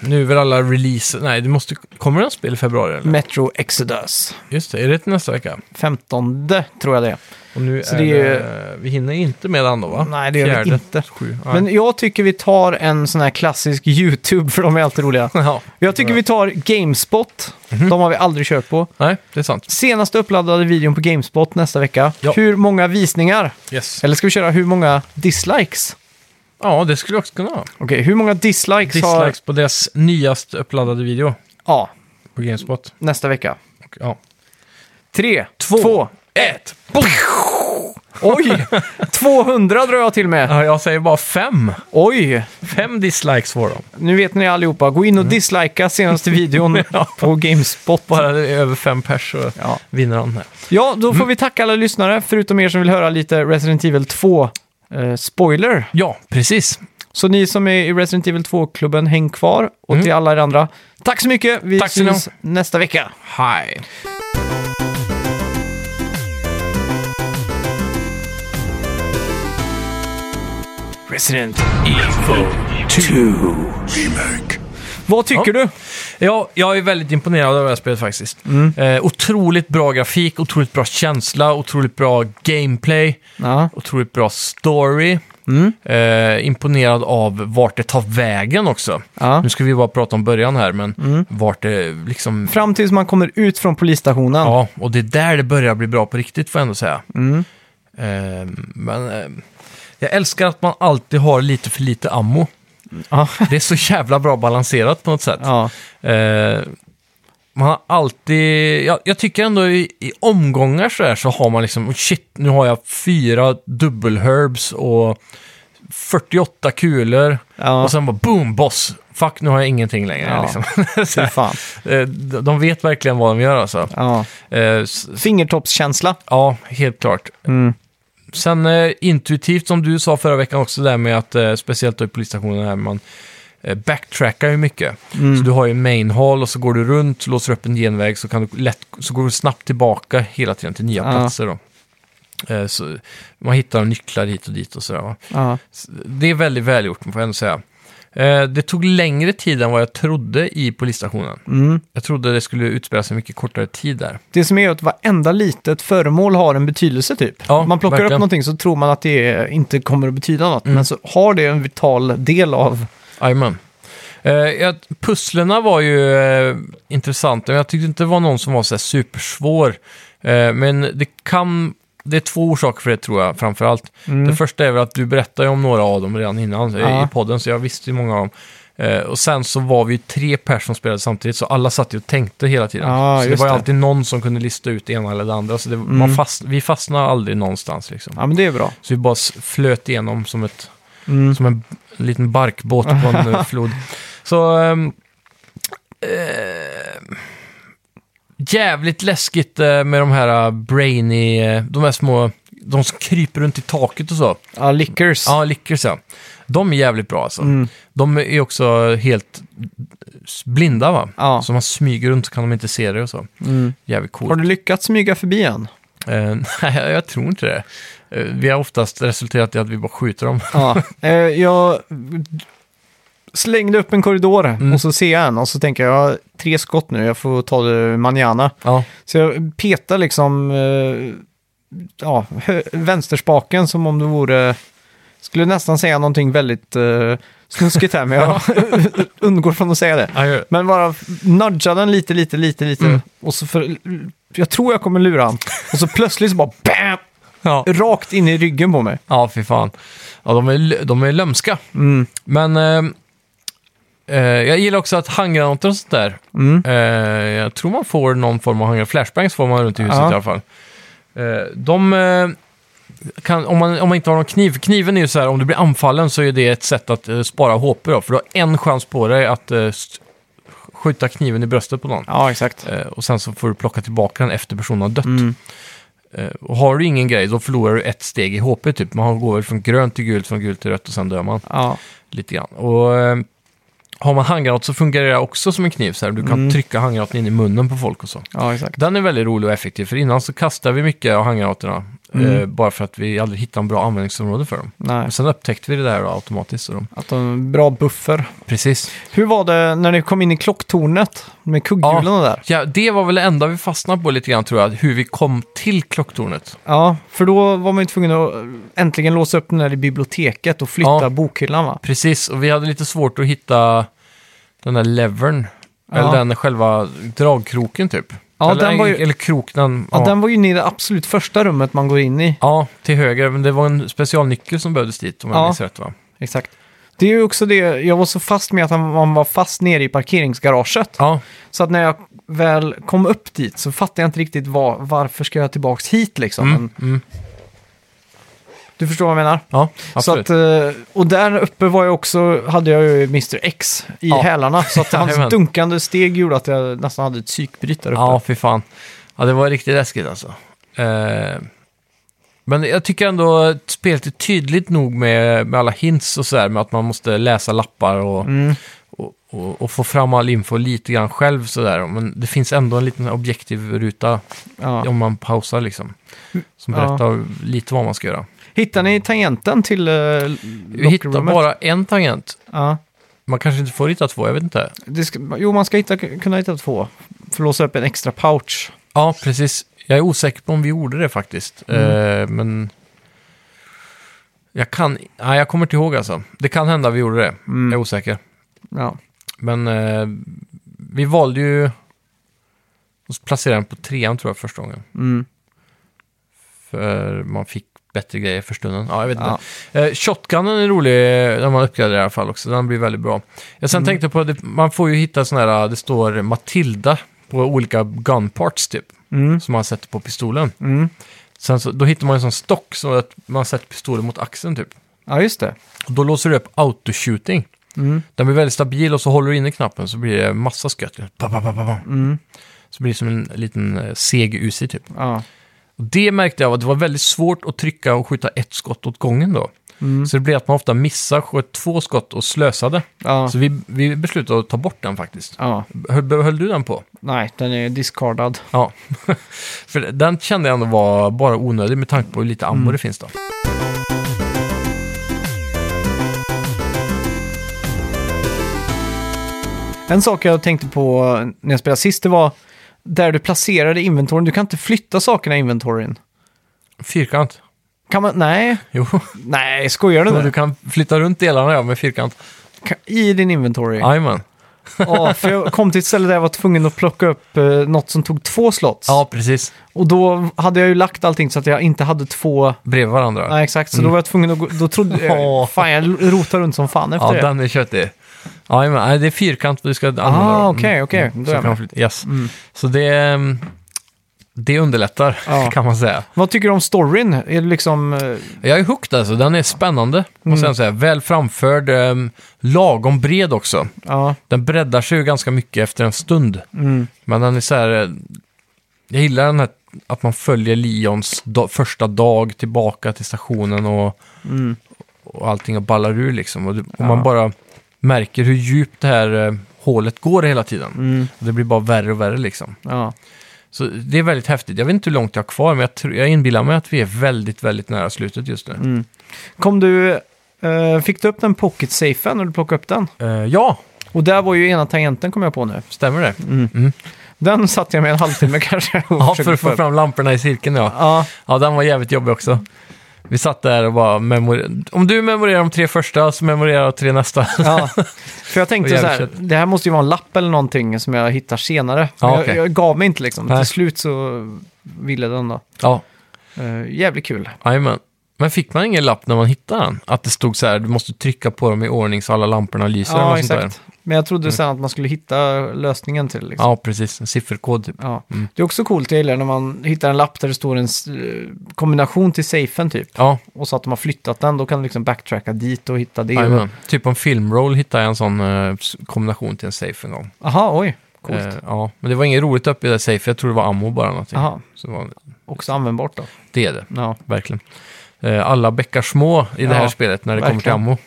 Speaker 2: nu är väl alla releaser... Nej, det måste... Kommer det något spel i februari? Eller?
Speaker 1: Metro Exodus.
Speaker 2: Just det, är det till nästa vecka?
Speaker 1: 15 tror jag det är.
Speaker 2: Och nu
Speaker 1: Så
Speaker 2: är
Speaker 1: det är ju-
Speaker 2: det... Vi hinner inte med den då, va?
Speaker 1: Nej, det gör vi
Speaker 2: Fjärde,
Speaker 1: inte.
Speaker 2: Sju. Men...
Speaker 1: Men jag tycker vi tar en sån här klassisk YouTube, för de är alltid roliga.
Speaker 2: Ja. Mhm.
Speaker 1: Jag tycker vi tar GameSpot. De har vi aldrig kört på.
Speaker 2: Nej, det är sant.
Speaker 1: Senaste uppladdade videon på GameSpot nästa vecka.
Speaker 2: Ja.
Speaker 1: Hur många visningar?
Speaker 2: Yes.
Speaker 1: Eller ska vi köra hur många dislikes?
Speaker 2: Ja, det skulle jag också kunna ha.
Speaker 1: Okej, hur många dislikes, har...
Speaker 2: Dislikes på deras nyast uppladdade video
Speaker 1: Ja,
Speaker 2: på Gamespot.
Speaker 1: nästa vecka.
Speaker 2: Och, ja.
Speaker 1: Tre,
Speaker 2: Två.
Speaker 1: två
Speaker 2: Ett! [LAUGHS]
Speaker 1: oj! 200 drar jag till med.
Speaker 2: Ja, jag säger bara fem.
Speaker 1: Oj!
Speaker 2: Fem dislikes
Speaker 1: [LAUGHS]
Speaker 2: får de.
Speaker 1: Nu vet ni allihopa, gå in och
Speaker 2: Mm.
Speaker 1: dislika senaste
Speaker 2: [LAUGHS]
Speaker 1: videon på GameSpot.
Speaker 2: Bara det är över fem pers så
Speaker 1: Ja.
Speaker 2: vinner han här.
Speaker 1: Ja, då
Speaker 2: Mm.
Speaker 1: får vi tacka alla lyssnare, förutom er som vill höra lite Resident Evil Eh, 2-spoiler.
Speaker 2: Ja, precis.
Speaker 1: så ni som är i Resident Evil 2-klubben, häng kvar. Och till alla er andra, tack så mycket. Vi
Speaker 2: Mm. Tack så
Speaker 1: syns nästa vecka.
Speaker 2: Hej.
Speaker 1: Resident Evil 2 Remake. Vad tycker du?
Speaker 2: Ja, jag är väldigt imponerad av det här spelet faktiskt. Eh, otroligt bra grafik, otroligt bra känsla, otroligt bra gameplay,
Speaker 1: Ja.
Speaker 2: otroligt bra story.
Speaker 1: Mm.
Speaker 2: Eh, imponerad av vart det tar vägen också.
Speaker 1: Ja. Mm.
Speaker 2: Nu ska vi bara prata om början här, men vart det liksom...
Speaker 1: Fram tills man kommer ut från polisstationen.
Speaker 2: Ja, och det är där det börjar bli bra på riktigt får jag ändå säga.
Speaker 1: Mm.
Speaker 2: Eh, men eh, jag älskar att man alltid har lite för lite ammo.
Speaker 1: Ja.
Speaker 2: Det är så jävla bra balanserat på något sätt.
Speaker 1: Ja.
Speaker 2: Eh, man har alltid, jag, jag tycker ändå i, i omgångar så här så har man liksom, "Oh, shit, nu har jag fyra dubbelherbs och 48 kulor.
Speaker 1: Ja.
Speaker 2: Och sen bara boom, boss! Fuck, nu har jag ingenting längre.
Speaker 1: Ja.
Speaker 2: Liksom. [LAUGHS] så
Speaker 1: Fy
Speaker 2: här,
Speaker 1: fan.
Speaker 2: eh, de de vet verkligen vad de gör alltså.
Speaker 1: Ja.
Speaker 2: Eh, s-
Speaker 1: Fingertoppskänsla.
Speaker 2: Ja, helt klart.
Speaker 1: Mm.
Speaker 2: Sen eh, intuitivt, som du sa förra veckan också, där med att eh, speciellt då i polisstationen här, man eh, backtrackar ju mycket.
Speaker 1: Mm.
Speaker 2: Så du har ju main hall och så går du runt, låser upp en genväg, så, kan du lätt, så går du snabbt tillbaka hela tiden till nya
Speaker 1: Ja.
Speaker 2: platser. Då. Eh, så man hittar nycklar hit och dit och sådär. Va?
Speaker 1: Ja.
Speaker 2: Så Det är väldigt välgjort, får jag ändå säga. Eh, Det tog längre tid än vad jag trodde i polisstationen.
Speaker 1: Mm.
Speaker 2: Jag trodde det skulle utspela sig mycket kortare tid där.
Speaker 1: Det som är att varenda litet föremål har en betydelse typ.
Speaker 2: Ja,
Speaker 1: man plockar upp
Speaker 2: verkligen. Mm.
Speaker 1: någonting så tror man att det inte kommer att betyda något. Men så har det en vital del av...
Speaker 2: Jajamän. Eh, jag- pusslerna var ju eh, intressanta, men jag tyckte inte det var någon som var så här supersvår. Eh, men det kan... Det är två orsaker för det tror jag, framför allt. Det första är väl att du berättade ju om några av dem redan innan
Speaker 1: Mm. Ja.
Speaker 2: i, i podden, så jag visste ju många av dem. Eh, och sen så var vi ju tre personer som spelade samtidigt, så alla satt ju och tänkte hela tiden.
Speaker 1: Ja,
Speaker 2: så det
Speaker 1: just
Speaker 2: var ju
Speaker 1: det. Mm.
Speaker 2: alltid någon som kunde lista ut det ena eller det andra, så det, man fast, vi fastnade aldrig någonstans liksom.
Speaker 1: Ja, men det är bra.
Speaker 2: Så vi bara s- flöt igenom som ett
Speaker 1: Mm.
Speaker 2: som en liten barkbåt på
Speaker 1: [LAUGHS]
Speaker 2: en eh, flod. Så... ehm, eh, jävligt läskigt eh, med de här eh, brainy... eh, de här små... De som kryper runt i taket och så.
Speaker 1: Ja, lickers.
Speaker 2: Ja, lickers ja. De är jävligt bra alltså.
Speaker 1: Mm.
Speaker 2: De är också helt blinda va?
Speaker 1: Ja.
Speaker 2: Så man smyger runt så kan de inte se det och så.
Speaker 1: Mm.
Speaker 2: Jävligt coolt.
Speaker 1: Har du lyckats smyga förbi än?
Speaker 2: Eh, [LAUGHS] nej, jag tror inte det. Eh, vi har oftast resulterat i att vi bara skjuter dem.
Speaker 1: Ja. Eh, jag slängde upp en korridor och så ser jag en och så tänker jag, jag har tre skott nu, jag får ta det manjana.
Speaker 2: Ja,
Speaker 1: Så jag petar liksom eh, ja, hö- vänsterspaken som om det vore... Skulle nästan säga någonting väldigt eh, snuskigt här, men [LAUGHS] jag undgår från att säga det.
Speaker 2: jag gör-
Speaker 1: Men bara nudga den lite, lite, lite, lite. Och så för, jag tror jag kommer lura han. Och så plötsligt så bara bam!
Speaker 2: ja.
Speaker 1: Rakt in i ryggen på mig.
Speaker 2: Ja, fy fan. Ja, de är, de är lömska.
Speaker 1: Mm.
Speaker 2: Men eh, eh, jag gillar också att handgranater och sånt där.
Speaker 1: Mm.
Speaker 2: Eh, jag tror man får någon form av handgranater. Flashbangs får man runt i huset
Speaker 1: Ja.
Speaker 2: i alla fall. Eh, de... Eh, kan, om, man, om man inte har någon kniv. Kniven är ju så här, om du blir anfallen så är det ett sätt att eh, spara HP då. För du har en chans på dig att eh, st- skjuta kniven i bröstet på någon.
Speaker 1: Ja, exakt. Mm.
Speaker 2: Eh, och sen så får du plocka tillbaka den efter personen har dött. Eh, och har du ingen grej, då förlorar du ett steg i HP typ. Man går väl från grönt till gult, från gult till rött och sen dör man
Speaker 1: Ja,
Speaker 2: lite grann. Och eh, har man handgranat så fungerar det också som en kniv så här. Du kan trycka handgranaten in i munnen på folk och så.
Speaker 1: ja exakt.
Speaker 2: Den är väldigt rolig och effektiv, för innan så kastade vi mycket av handgranaterna. Eh, bara för att vi aldrig hittade en bra användningsområde för dem.
Speaker 1: Nej,
Speaker 2: Och sen upptäckte vi det där då, automatiskt. Så de...
Speaker 1: att de bra buffer.
Speaker 2: Precis.
Speaker 1: Hur var det när ni kom in i klocktornet med kugghjulen och där?
Speaker 2: Ja, det var väl det enda vi fastnade på lite grann tror jag, hur vi kom till klocktornet.
Speaker 1: Ja, för då var man ju tvungen att äntligen låsa upp den där i biblioteket och flytta
Speaker 2: Ja.
Speaker 1: bokhyllan va?
Speaker 2: Precis, och vi hade lite svårt att hitta den där levern.
Speaker 1: Ja.
Speaker 2: Eller den själva dragkroken typ.
Speaker 1: Ja,
Speaker 2: eller,
Speaker 1: den var ju-
Speaker 2: eller kroken.
Speaker 1: Ja. den var ju inne i det absolut första rummet man går in i.
Speaker 2: ja, till höger. Men det var en specialnyckel som behövdes dit om jag
Speaker 1: Ja.
Speaker 2: minns rätt va?
Speaker 1: Exakt. Det är ju också det, jag var så fast med att han- man var fast nere i parkeringsgaraget.
Speaker 2: Ja,
Speaker 1: Så att när jag väl kom upp dit så fattade jag inte riktigt var, varför ska jag tillbaks hit liksom.
Speaker 2: mm,
Speaker 1: Men
Speaker 2: mm,
Speaker 1: du förstår vad jag menar?
Speaker 2: ja
Speaker 1: Så
Speaker 2: absolut.
Speaker 1: att, eh, och där uppe var jag också, hade jag ju Mr X i
Speaker 2: Ja.
Speaker 1: hälarna. Så
Speaker 2: [LAUGHS]
Speaker 1: att hans
Speaker 2: Jajamän.
Speaker 1: dunkande steg gjorde att jag nästan hade ett psykbryt där uppe.
Speaker 2: Ja, fy fan. Ja, det var riktigt läskigt alltså. Eh, men jag tycker ändå att spelet är tydligt nog med, med alla hints och sådär, med att man måste läsa lappar och,
Speaker 1: Mm.
Speaker 2: och, och, och få fram all info lite grann själv sådär. Men det finns ändå en liten objektiv ruta
Speaker 1: Ja.
Speaker 2: om man pausar liksom. Som
Speaker 1: Ja.
Speaker 2: berättar lite vad man ska göra.
Speaker 1: Hittar ni tangenten till uh,
Speaker 2: Vi hittar bara en tangent.
Speaker 1: Ja.
Speaker 2: Man kanske inte får hitta två, jag vet inte.
Speaker 1: Det ska, jo, man ska hitta, kunna hitta två. För att låsa upp en extra pouch.
Speaker 2: Ja, precis. Jag är osäker på om vi gjorde det faktiskt. Eh, men jag kan... Nej, jag kommer inte ihåg alltså. Det kan hända vi gjorde det. Jag är osäker.
Speaker 1: Mm. Ja.
Speaker 2: Men eh, vi valde ju att placera den på trean tror jag första gången.
Speaker 1: Mm.
Speaker 2: För man fick bättre grejer för stunden. Ja, jag vet
Speaker 1: Ja.
Speaker 2: inte. Eh, shotgunen är rolig eh, när man uppgraderar i alla fall också. Den blir väldigt bra. Jag sen tänkte på, det, man får ju hitta sådana här, eh, det står Matilda på olika gun parts typ.
Speaker 1: Mm.
Speaker 2: Som man sätter på pistolen.
Speaker 1: Mm.
Speaker 2: Sen så, då hittar man en sån stock så att man sätter pistolen mot axeln typ.
Speaker 1: ja, just det.
Speaker 2: Och då låser du upp auto-shooting.
Speaker 1: Mm.
Speaker 2: Den blir väldigt stabil och så håller du inne knappen så blir det massa skott. Pa, pa, pa, pa, pa.
Speaker 1: Mm.
Speaker 2: Så blir det som en liten eh, seg Uzi typ.
Speaker 1: Ja.
Speaker 2: Och det märkte jag att det var väldigt svårt att trycka och skjuta ett skott åt gången då.
Speaker 1: Mm.
Speaker 2: Så det blev att man ofta missar, sköt två skott och slösade.
Speaker 1: Ja.
Speaker 2: Så vi, vi beslutade att ta bort den faktiskt.
Speaker 1: ja.
Speaker 2: Höll, höll du den på?
Speaker 1: Nej, den är discardad.
Speaker 2: Ja, [LAUGHS] för den kände jag ändå var bara onödig med tanke på hur lite ammo
Speaker 1: Mm.
Speaker 2: det finns då.
Speaker 1: En sak jag tänkte på när jag spelade sist, det var där du placerade inventoryn. Du kan inte flytta sakerna i inventoryn.
Speaker 2: Fyrkant.
Speaker 1: Kan man? Nej.
Speaker 2: Jo,
Speaker 1: Nej, skojar du
Speaker 2: men du
Speaker 1: nu?
Speaker 2: kan flytta runt delarna ja, med fyrkant.
Speaker 1: Kan- I din inventory?
Speaker 2: Jajamän.
Speaker 1: Ja, för jag kom till ett ställe där jag var tvungen att plocka upp eh, något som tog två slots.
Speaker 2: Ja, precis.
Speaker 1: Och då hade jag ju lagt allting så att jag inte hade två...
Speaker 2: Bredvid varandra.
Speaker 1: Nej, exakt. Så då
Speaker 2: Mm.
Speaker 1: var jag tvungen att gå... Då trodde
Speaker 2: Åh.
Speaker 1: jag... Fan, jag rotar runt som fan efter
Speaker 2: ja,
Speaker 1: det.
Speaker 2: den är köttig. Jajamän, nej, det är fyrkant du ska använda.
Speaker 1: Ah,
Speaker 2: då.
Speaker 1: okej,
Speaker 2: Mm,
Speaker 1: okej.
Speaker 2: mm.
Speaker 1: Då är
Speaker 2: Så
Speaker 1: jag
Speaker 2: kan man
Speaker 1: med. Mm.
Speaker 2: flytta- Yes. Så det, ehm, det underlättar,
Speaker 1: Ja.
Speaker 2: [LAUGHS] kan man säga.
Speaker 1: Vad tycker du om storyn? Är det liksom... eh,
Speaker 2: Jag är hooked alltså, den är spännande.
Speaker 1: Mm.
Speaker 2: Måste jag säga. Väl framförd, ehm, lagom bred också.
Speaker 1: Ja.
Speaker 2: Den breddar sig ju ganska mycket efter en stund.
Speaker 1: Mm.
Speaker 2: Men den är så här... eh, Jag gillar den här att man följer Lions da- första dag tillbaka till stationen och,
Speaker 1: Mm.
Speaker 2: och allting och ballar ur liksom. Och, det, och
Speaker 1: Ja.
Speaker 2: man bara märker hur djupt det här eh, hålet går hela tiden.
Speaker 1: Mm.
Speaker 2: Och det blir bara värre och värre liksom.
Speaker 1: Ja.
Speaker 2: Så det är väldigt häftigt. Jag vet inte hur långt jag har kvar, men jag, tror, jag inbillar mig att vi är väldigt, väldigt nära slutet just
Speaker 1: Mm.
Speaker 2: nu.
Speaker 1: Kom du... eh, fick du upp den pocket-safen när du plockade upp den?
Speaker 2: Eh, ja,
Speaker 1: Och där var ju ena tangenten kom jag på nu.
Speaker 2: stämmer det?
Speaker 1: Mm. Den satt jag med en halvtimme [LAUGHS] kanske. och
Speaker 2: Ja,
Speaker 1: försökte
Speaker 2: för att få
Speaker 1: upp.
Speaker 2: fram lamporna i cirkeln ja.
Speaker 1: Ja,
Speaker 2: Ja, den var jävligt jobbig också. Vi satt där och bara memorerade. Om du memorerar de tre första så memorerar jag tre nästa. [LAUGHS]
Speaker 1: ja. För jag
Speaker 2: Och
Speaker 1: tänkte så
Speaker 2: jävligt
Speaker 1: här,
Speaker 2: kött.
Speaker 1: det här måste ju vara en lapp eller någonting som jag hittar senare.
Speaker 2: Ja,
Speaker 1: Men
Speaker 2: okej.
Speaker 1: jag, jag gav mig inte liksom.
Speaker 2: Nej.
Speaker 1: Till slut så ville den då.
Speaker 2: Ja,
Speaker 1: Eh, jävligt kul.
Speaker 2: jajamän. Men fick man ingen lapp när man hittade den? Att det stod så här, du måste trycka på dem i ordning så alla lamporna lyser eller
Speaker 1: Ja,
Speaker 2: något sånt
Speaker 1: exakt. Men jag trodde sen att man skulle hitta lösningen till
Speaker 2: där.
Speaker 1: liksom.
Speaker 2: Ja, precis. En sifferkod typ.
Speaker 1: Ja. Det är också coolt, jag gillar när man hittar en lapp där det står en s- eh, kombination till safen typ.
Speaker 2: Ja,
Speaker 1: Och så att de har flyttat den, då kan du liksom backtracka dit och hitta det.
Speaker 2: jajamän. Typ på en filmroll hittade jag en sån eh, s- kombination till en safe en gång.
Speaker 1: Aha, oj. Coolt.
Speaker 2: Eh, ja, men det var inget roligt uppe i det där safe. Jag tror det var ammo bara någonting.
Speaker 1: Aha.
Speaker 2: Så det var,
Speaker 1: Och också användbart då.
Speaker 2: Det är det,
Speaker 1: Ja.
Speaker 2: verkligen. Eh, Alla bäckar små i det
Speaker 1: Ja,
Speaker 2: här spelet när det kommer till
Speaker 1: verkligen.
Speaker 2: ammo.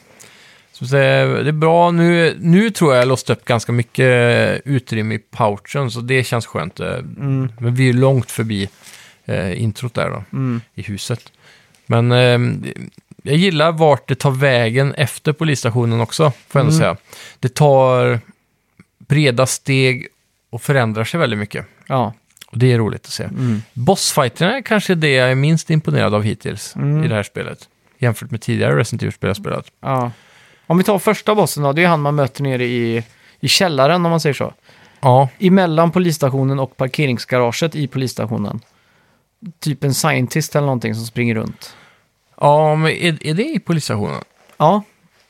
Speaker 2: Så det är det är bra, nu, nu tror jag jag låst upp ganska mycket eh, utrymme i pouchen, så det känns skönt. eh.
Speaker 1: Mm.
Speaker 2: Men vi är långt förbi eh, introt där då,
Speaker 1: Mm.
Speaker 2: i huset. Men eh, jag gillar vart det tar vägen efter polisstationen också, får jag
Speaker 1: Mm.
Speaker 2: ändå säga. Det tar breda steg och förändrar sig väldigt mycket.
Speaker 1: Ja. Mm.
Speaker 2: Och det är roligt att se. Bossfighterna är kanske det jag är minst imponerad av hittills
Speaker 1: Mm.
Speaker 2: i det här spelet. Jämfört med tidigare Resident Evil-spel jag spelat.
Speaker 1: ja. Om vi tar första bossen då, det är han man möter nere i, i källaren om man säger så.
Speaker 2: Ja,
Speaker 1: Emellan polisstationen och parkeringsgaraget i polisstationen. Typ en scientist eller någonting som springer runt.
Speaker 2: ja men är, är det i polisstationen?
Speaker 1: Ja,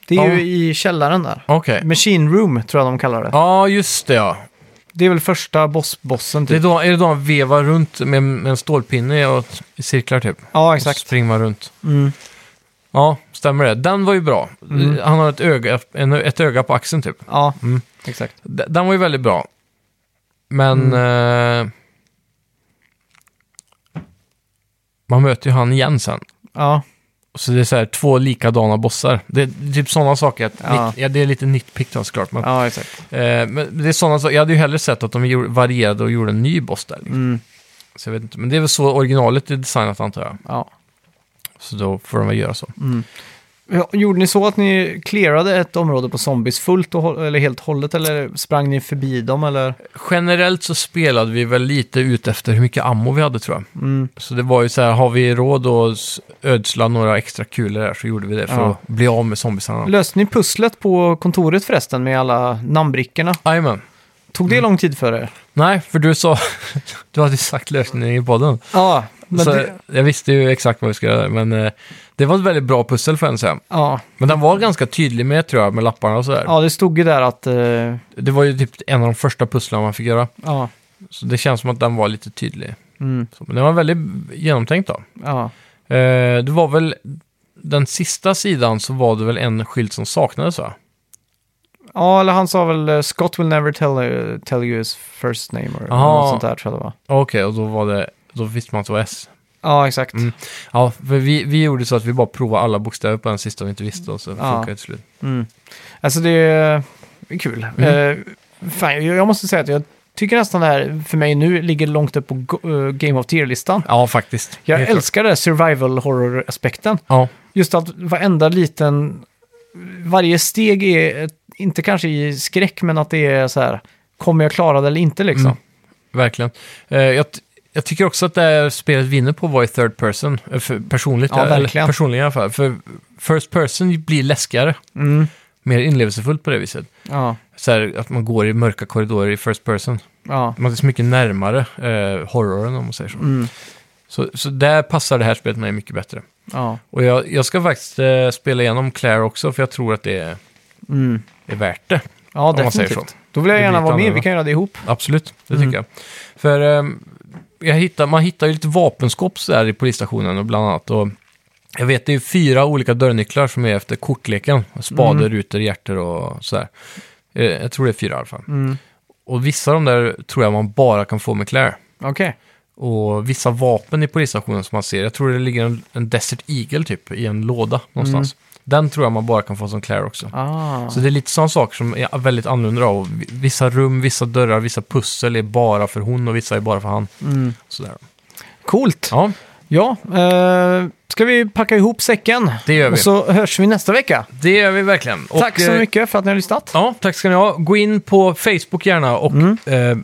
Speaker 1: det är
Speaker 2: Ja.
Speaker 1: ju i källaren där.
Speaker 2: Okej.
Speaker 1: Machine room tror jag de kallar det.
Speaker 2: Ja, just det ja. Det
Speaker 1: Det är väl första boss-bossen
Speaker 2: är,
Speaker 1: typ.
Speaker 2: då, är det då han vevar runt med, med en stålpinne och i cirklar typ?
Speaker 1: Ja,
Speaker 2: Och så
Speaker 1: exakt.
Speaker 2: springer man runt.
Speaker 1: Mm.
Speaker 2: Ja, stämmer det. Den var ju bra.
Speaker 1: Mm.
Speaker 2: Han har ett öga, en, ett öga på axeln typ.
Speaker 1: Ja,
Speaker 2: Mm.
Speaker 1: exakt.
Speaker 2: D- Den var ju väldigt bra. Men...
Speaker 1: Mm.
Speaker 2: Eh, man möter ju han igen sen.
Speaker 1: Ja,
Speaker 2: Så det är så här två likadana bossar. Det är typ sådana saker. Att
Speaker 1: Ja.
Speaker 2: ja. ja, det är lite nitpick då såklart. Men,
Speaker 1: ja exakt.
Speaker 2: eh, men det är sådana saker. Jag hade ju hellre sett att de gjorde, varierade och gjorde en ny boss där. Liksom.
Speaker 1: Mm.
Speaker 2: Så jag vet inte. Men det är väl så originalet är designat antar jag.
Speaker 1: Ja.
Speaker 2: Så då får de väl göra så.
Speaker 1: Ja, Gjorde ni så att ni clearade ett område på zombies fullt och, hå- eller helt och hållet eller sprang ni förbi dem eller?
Speaker 2: Generellt så spelade vi väl lite ut efter hur mycket ammo vi hade tror jag.
Speaker 1: Mm.
Speaker 2: Så det var ju så här, har vi råd att s- ödsla några extra kulor där så gjorde vi det för
Speaker 1: Ja.
Speaker 2: att bli av med zombiesarna.
Speaker 1: Löste ni pusslet på kontoret förresten med alla namnbrickorna?
Speaker 2: Jajamän.
Speaker 1: Tog det lång tid för er?
Speaker 2: Nej, för du sa, [LAUGHS] du hade ju sagt lösningen i podden.
Speaker 1: Ja, men
Speaker 2: så
Speaker 1: det,
Speaker 2: Jag visste ju exakt vad vi skulle göra, men eh, det var ett väldigt bra pussel får jag ändå säga.
Speaker 1: ja,
Speaker 2: Men den var ganska tydlig med tror jag, med lapparna och sådär.
Speaker 1: ja, det stod ju där att... eh,
Speaker 2: Det var ju typ en av de första pusslen man fick göra.
Speaker 1: ja,
Speaker 2: Så det känns som att den var lite tydlig.
Speaker 1: mm,
Speaker 2: Så, men den var väldigt genomtänkt då.
Speaker 1: ja,
Speaker 2: Eh, det var väl, den sista sidan så var det väl en skylt som saknades va?
Speaker 1: ja, eller han sa väl eh, Scott will never tell, eh, tell you his first name eller
Speaker 2: Aha.
Speaker 1: något sånt där tror jag det var.
Speaker 2: Okej, och då var det, då visste man att det var S.
Speaker 1: Ja, exakt. Mm.
Speaker 2: Mm. Ja, för vi, vi gjorde så att vi bara provade alla bokstäver på den sista vi inte visste och så funkade det till slut.
Speaker 1: Alltså det är det är kul. Mm. fan, jag, jag måste säga att jag tycker nästan det här för mig nu ligger långt upp på go- eh, Game of the Year-listan.
Speaker 2: Ja, faktiskt.
Speaker 1: Jag
Speaker 2: Helt klart.
Speaker 1: älskar den här survival horror-aspekten.
Speaker 2: Ja,
Speaker 1: Just att varenda liten, varje steg är, ett- inte kanske i skräck, men att det är så här, kommer jag klara det eller inte liksom?
Speaker 2: Mm. verkligen. Eh, jag, t- jag tycker också att det här spelet vinner på att vara i third person, eh, för, personligt.
Speaker 1: Ja,
Speaker 2: eller
Speaker 1: verkligen.
Speaker 2: Personligen i alla fall. För first person blir läskigare,
Speaker 1: Mm.
Speaker 2: mer inlevelsefullt på det viset.
Speaker 1: Ja,
Speaker 2: Så här, att man går i mörka korridorer i first person.
Speaker 1: ja.
Speaker 2: Man är så mycket närmare eh, horrorn om man säger så.
Speaker 1: Mm.
Speaker 2: så. Så där passar det här spelet mig mycket bättre.
Speaker 1: Ja.
Speaker 2: Och jag, jag ska faktiskt eh, spela igenom Claire också, för jag tror att det är,
Speaker 1: Mm.
Speaker 2: är värt det.
Speaker 1: ja,
Speaker 2: man säger
Speaker 1: definitivt. Då vill jag
Speaker 2: Det
Speaker 1: gärna vara
Speaker 2: blir
Speaker 1: med,
Speaker 2: annorlunda.
Speaker 1: vi kan göra det ihop.
Speaker 2: Absolut, det
Speaker 1: Mm.
Speaker 2: tycker jag. För ehm, jag hittar, man hittar ju lite vapenskåp så där i polisstationen och bland annat. Och jag vet det är fyra olika dörrnycklar som är efter kortleken. Spader,
Speaker 1: Mm.
Speaker 2: rutor, hjärtor och sådär. Eh, Jag tror det är fyra i alla fall.
Speaker 1: Mm.
Speaker 2: Och vissa av de där tror jag man bara kan få med Claire.
Speaker 1: Okej,
Speaker 2: Och vissa vapen i polisstationen som man ser. Jag tror det ligger en, en Desert Eagle typ i en låda någonstans.
Speaker 1: Mm.
Speaker 2: Den tror jag man bara kan få som Claire också.
Speaker 1: ah.
Speaker 2: Så det är lite sådana saker som är väldigt annorlunda. Och v- vissa rum, vissa dörrar, vissa pussel är bara för hon och vissa är bara för han.
Speaker 1: mm.
Speaker 2: Sådär.
Speaker 1: coolt.
Speaker 2: Ja,
Speaker 1: Ja, eh, ska vi packa ihop säcken?
Speaker 2: det gör vi.
Speaker 1: Och så hörs vi nästa vecka.
Speaker 2: Det gör vi verkligen. Och,
Speaker 1: Tack så
Speaker 2: eh,
Speaker 1: mycket för att ni har lyssnat.
Speaker 2: Ja, tack ska ni ha. Gå in på Facebook gärna och eh,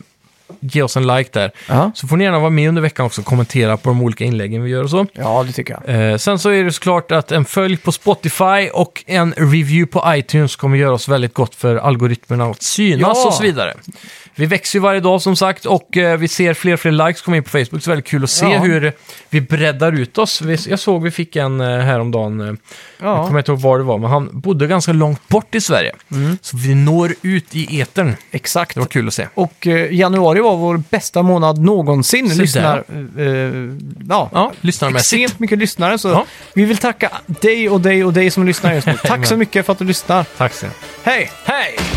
Speaker 2: ge oss en like där.
Speaker 1: Mm. Ja,
Speaker 2: Så får ni gärna vara med under veckan också och kommentera på de olika inläggen vi gör och så.
Speaker 1: ja det tycker jag.
Speaker 2: Eh, sen så är det såklart att en följ på Spotify och en review på iTunes kommer göra oss väldigt gott för algoritmerna att synas
Speaker 1: Ja.
Speaker 2: och så vidare. Vi växer ju varje dag som sagt och eh, vi ser fler och fler likes komma in på Facebook. Så det är väldigt kul att se
Speaker 1: Ja.
Speaker 2: hur vi breddar ut oss. Vi, jag såg vi fick en eh, häromdagen, eh, jag
Speaker 1: Ja,
Speaker 2: kommer inte ihåg var det var, men han bodde ganska långt bort i Sverige.
Speaker 1: Mm.
Speaker 2: Så vi når ut i etern.
Speaker 1: exakt.
Speaker 2: Det var kul att se.
Speaker 1: Och eh, januari var vår bästa månad någonsin.
Speaker 2: där.
Speaker 1: Lyssnar, eh, eh, ja,
Speaker 2: Ja, lyssnarmässigt.
Speaker 1: extremt mycket lyssnare. Så
Speaker 2: Ja.
Speaker 1: vi
Speaker 2: [LAUGHS]
Speaker 1: vill tacka dig och dig och dig som lyssnar just nu. Tack så mycket för att du lyssnar.
Speaker 2: Tack så mycket.
Speaker 1: Hej!
Speaker 2: Hej!